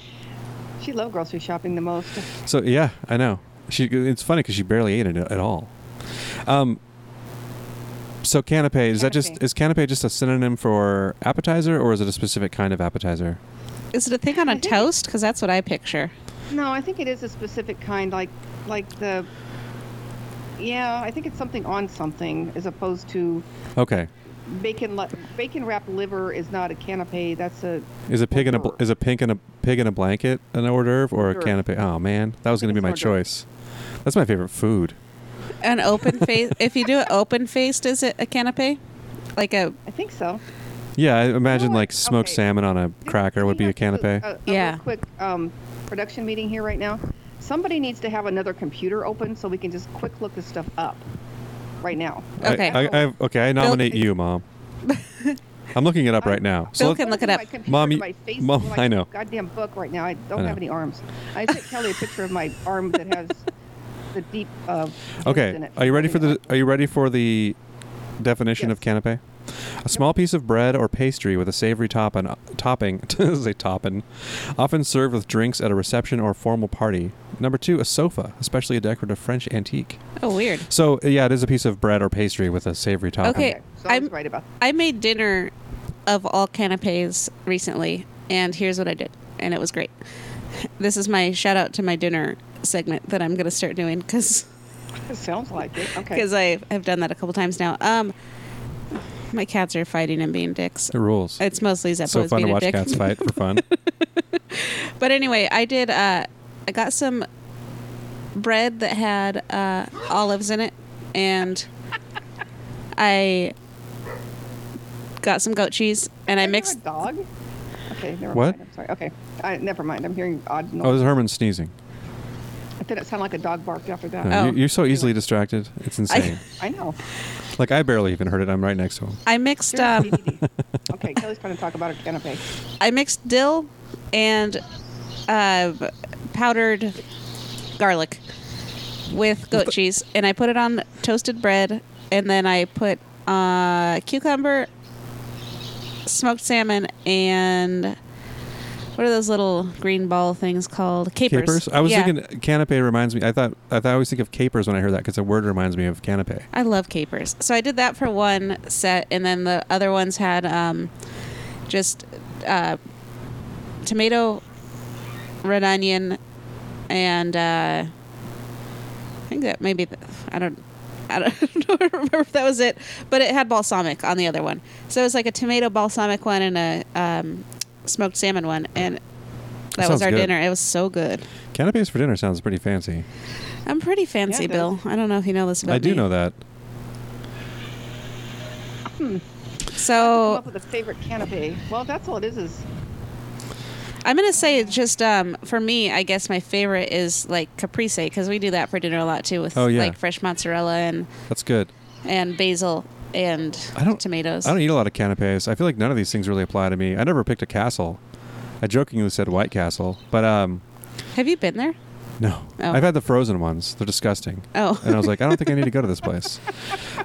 C: She loved grocery shopping the most.
A: So yeah, I know. She. It's funny because she barely ate it at all. Um. So canapé is that just
C: Canapé.
A: is canapé just a synonym for appetizer or is it a specific kind of appetizer?
B: Is it a thing on
C: I
B: a
C: think-
B: toast? Because that's what I picture.
C: No, I think it is a specific kind, like like the. Yeah, I think it's something on something, as opposed to
A: Okay,
C: bacon. Li- bacon wrapped liver is not a canapé. That's a.
A: is a pig in a bl-
C: Hors d'oeuvre.
A: is a pink in a pig in a blanket an hors d'oeuvre or a
C: Hors d'oeuvre.
A: canapé? Oh man, that was going to be my
C: It's hors d'oeuvre.
A: choice. That's my favorite food.
B: An open face. if you do it open faced, is it a canapé? Like a
C: I think so.
A: Yeah, I imagine
C: what?
A: like smoked
C: Okay.
A: salmon on a
C: Didn't
A: cracker
C: we
A: would be a
C: have to do
A: canapé.
C: A, a
B: Yeah.
C: Real quick um, production meeting here right now. Somebody needs to have another computer open so we can just quick look this stuff up, right now.
B: Okay.
A: I, I, I, okay, I nominate
B: Bill-
A: you, mom. I'm looking it up right now. So
B: Bill
A: let-
B: can look it up.
C: My computer
A: Mom,
C: to
A: you-
C: my face
A: Mom,
C: like
A: I
C: a
A: know.
C: Goddamn book right now. I don't
A: I know.
C: have any arms. I sent Kelly a picture of my arm that has the deep. Uh, holes in
A: okay,
C: it.
A: are you ready for
C: Holding
A: the
C: it
A: are you ready for the definition of
C: Yes.
A: canapé? A small piece of bread or pastry with a savory top and, topping, this is a toppin, often served with drinks at a reception or formal party. Number two, a sofa, especially a decorative French antique.
B: oh weird.
A: So uh, yeah, it is a piece of bread or pastry with a savory topping.
C: up.
B: Okay,
C: Okay, so I was
B: I'm-
C: right about.
B: I made dinner of all canapes recently, and here's what I did, and it was great. This is my shout out to my dinner segment that I'm going to start doing because
C: That. Sounds like it. Okay.
B: because I have done that a couple times now. Um, my cats are fighting and being dicks.
A: It rules.
B: It's mostly Zeppo
A: so
B: is
A: fun
B: being
A: to
B: a
A: watch
B: dick.
A: cats fight for fun.
B: But anyway, I did. Uh, I got some bread that had uh, olives in it, and I got some goat cheese, and I
C: Is there
B: mixed.
C: a dog. Okay. Never
A: What?
C: Mind. I'm sorry. Okay. I, never mind. I'm hearing odd
A: oh,
C: noise.
A: there's Herman sneezing.
C: I thought it sounded like a dog barked after that.
A: No,
B: Oh.
A: you, you're so easily distracted. It's insane.
C: I know.
A: like I barely even heard it. I'm right next to him.
B: I mixed. Um,
C: okay. Kelly's trying to talk about her canapé.
B: I mixed dill and uh, powdered garlic with goat cheese, and I put it on toasted bread, and then I put uh, cucumber, smoked salmon, and what are those little green ball things called? Capers.
A: Capers. I was
B: Yeah.
A: thinking canape reminds me. I thought I, thought I always think of capers when I hear that because the word reminds me of canape.
B: I love capers. So I did that for one set, and then the other ones had um, just uh, tomato, red onion, and uh, I think that maybe the, I don't. I don't know- remember if that was it, but it had balsamic on the other one. So it was like a tomato balsamic one and a um, smoked salmon one, and that was
A: sounds
B: our
A: good.
B: dinner. It was so good.
A: Canapes for dinner sounds pretty fancy.
B: I'm pretty fancy,
C: it
B: Bill. I don't know if you know this about
A: I do
B: me.
A: know that.
B: So Oh.
C: Come up with a favorite canopy. Well, that's all it is. Is
B: I'm gonna say it's just um, for me, I guess my favorite is like caprese because we do that for dinner a lot too with
A: Oh, yeah.
B: like fresh mozzarella and
A: That's good.
B: and basil and
A: I don't-
B: tomatoes.
A: I don't e-, eat a lot of canapes. I feel like none of these things really apply to me. I never picked a castle. I jokingly said White Castle, but um,
B: Have you been there?
A: no.
B: Oh.
A: I've had the frozen ones. They're disgusting.
B: Oh,
A: And I was like, I don't think I need to go to this place.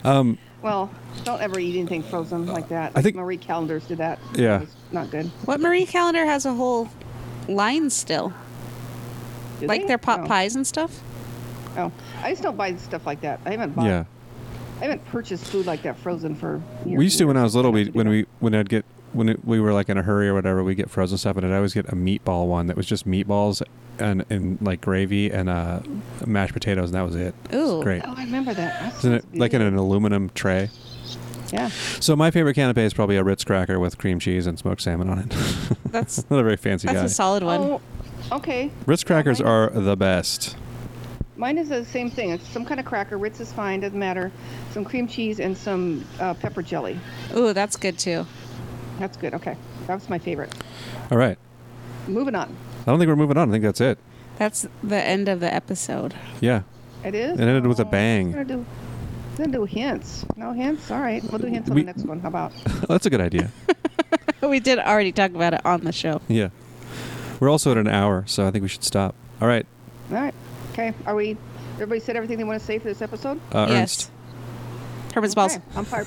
A: Um,
C: well, don't ever eat anything frozen like that.
A: I think-
C: Marie Callender's did that.
A: Yeah.
C: It's not good.
B: what Marie Calendar has a whole line still,
C: Do
B: like
C: they?
B: their pot
C: No.
B: pies and stuff.
C: Oh, I just don't buy stuff like that. I haven't bought.
A: yeah.
C: I haven't purchased food like that frozen for. Years
A: We used to
C: and
A: when I
C: years.
A: was little. We
C: do
A: when
C: that.
A: we when I'd get when it, we were like in a hurry or whatever, we get frozen stuff, and I'd always get a meatball one that was just meatballs and and like gravy and uh, mashed potatoes, and that was it. It was
B: Ooh.
A: great.
C: Oh, I remember that. That
A: Isn't
C: sounds
A: it like in an aluminum tray?
C: good. Yeah.
A: So my favorite canapé is probably a Ritz cracker with cream cheese and smoked salmon on it.
B: That's
A: Not a very fancy
B: that's
A: guy.
B: a solid one.
C: Oh, okay.
A: Ritz crackers
C: mine-
A: are the best.
C: Mine is the same thing. It's some kind of cracker. Ritz is fine. Doesn't matter. Some cream cheese and some uh, pepper jelly.
B: Ooh, that's good too.
C: That's good. Okay, that was my favorite.
A: All right.
C: Moving on.
A: I don't think we're moving on. I think that's it.
B: That's the end of the episode.
A: Yeah.
C: It is.
A: It ended with a
C: Oh,
A: bang.
C: We're gonna do. We're gonna do hints. No hints. All right. We'll do hints on
A: We-
C: the next one. How about?
A: that's a good idea.
B: we did already talk about it on the show.
A: yeah. We're also at an hour, so I think we should stop. All right.
C: All right. Okay. Are we? Everybody said everything they want to say for this episode.
A: Uh, Ernst.
B: yes. Herman's balls.
C: Okay. Umpire.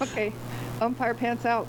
C: okay. Umpire pants out.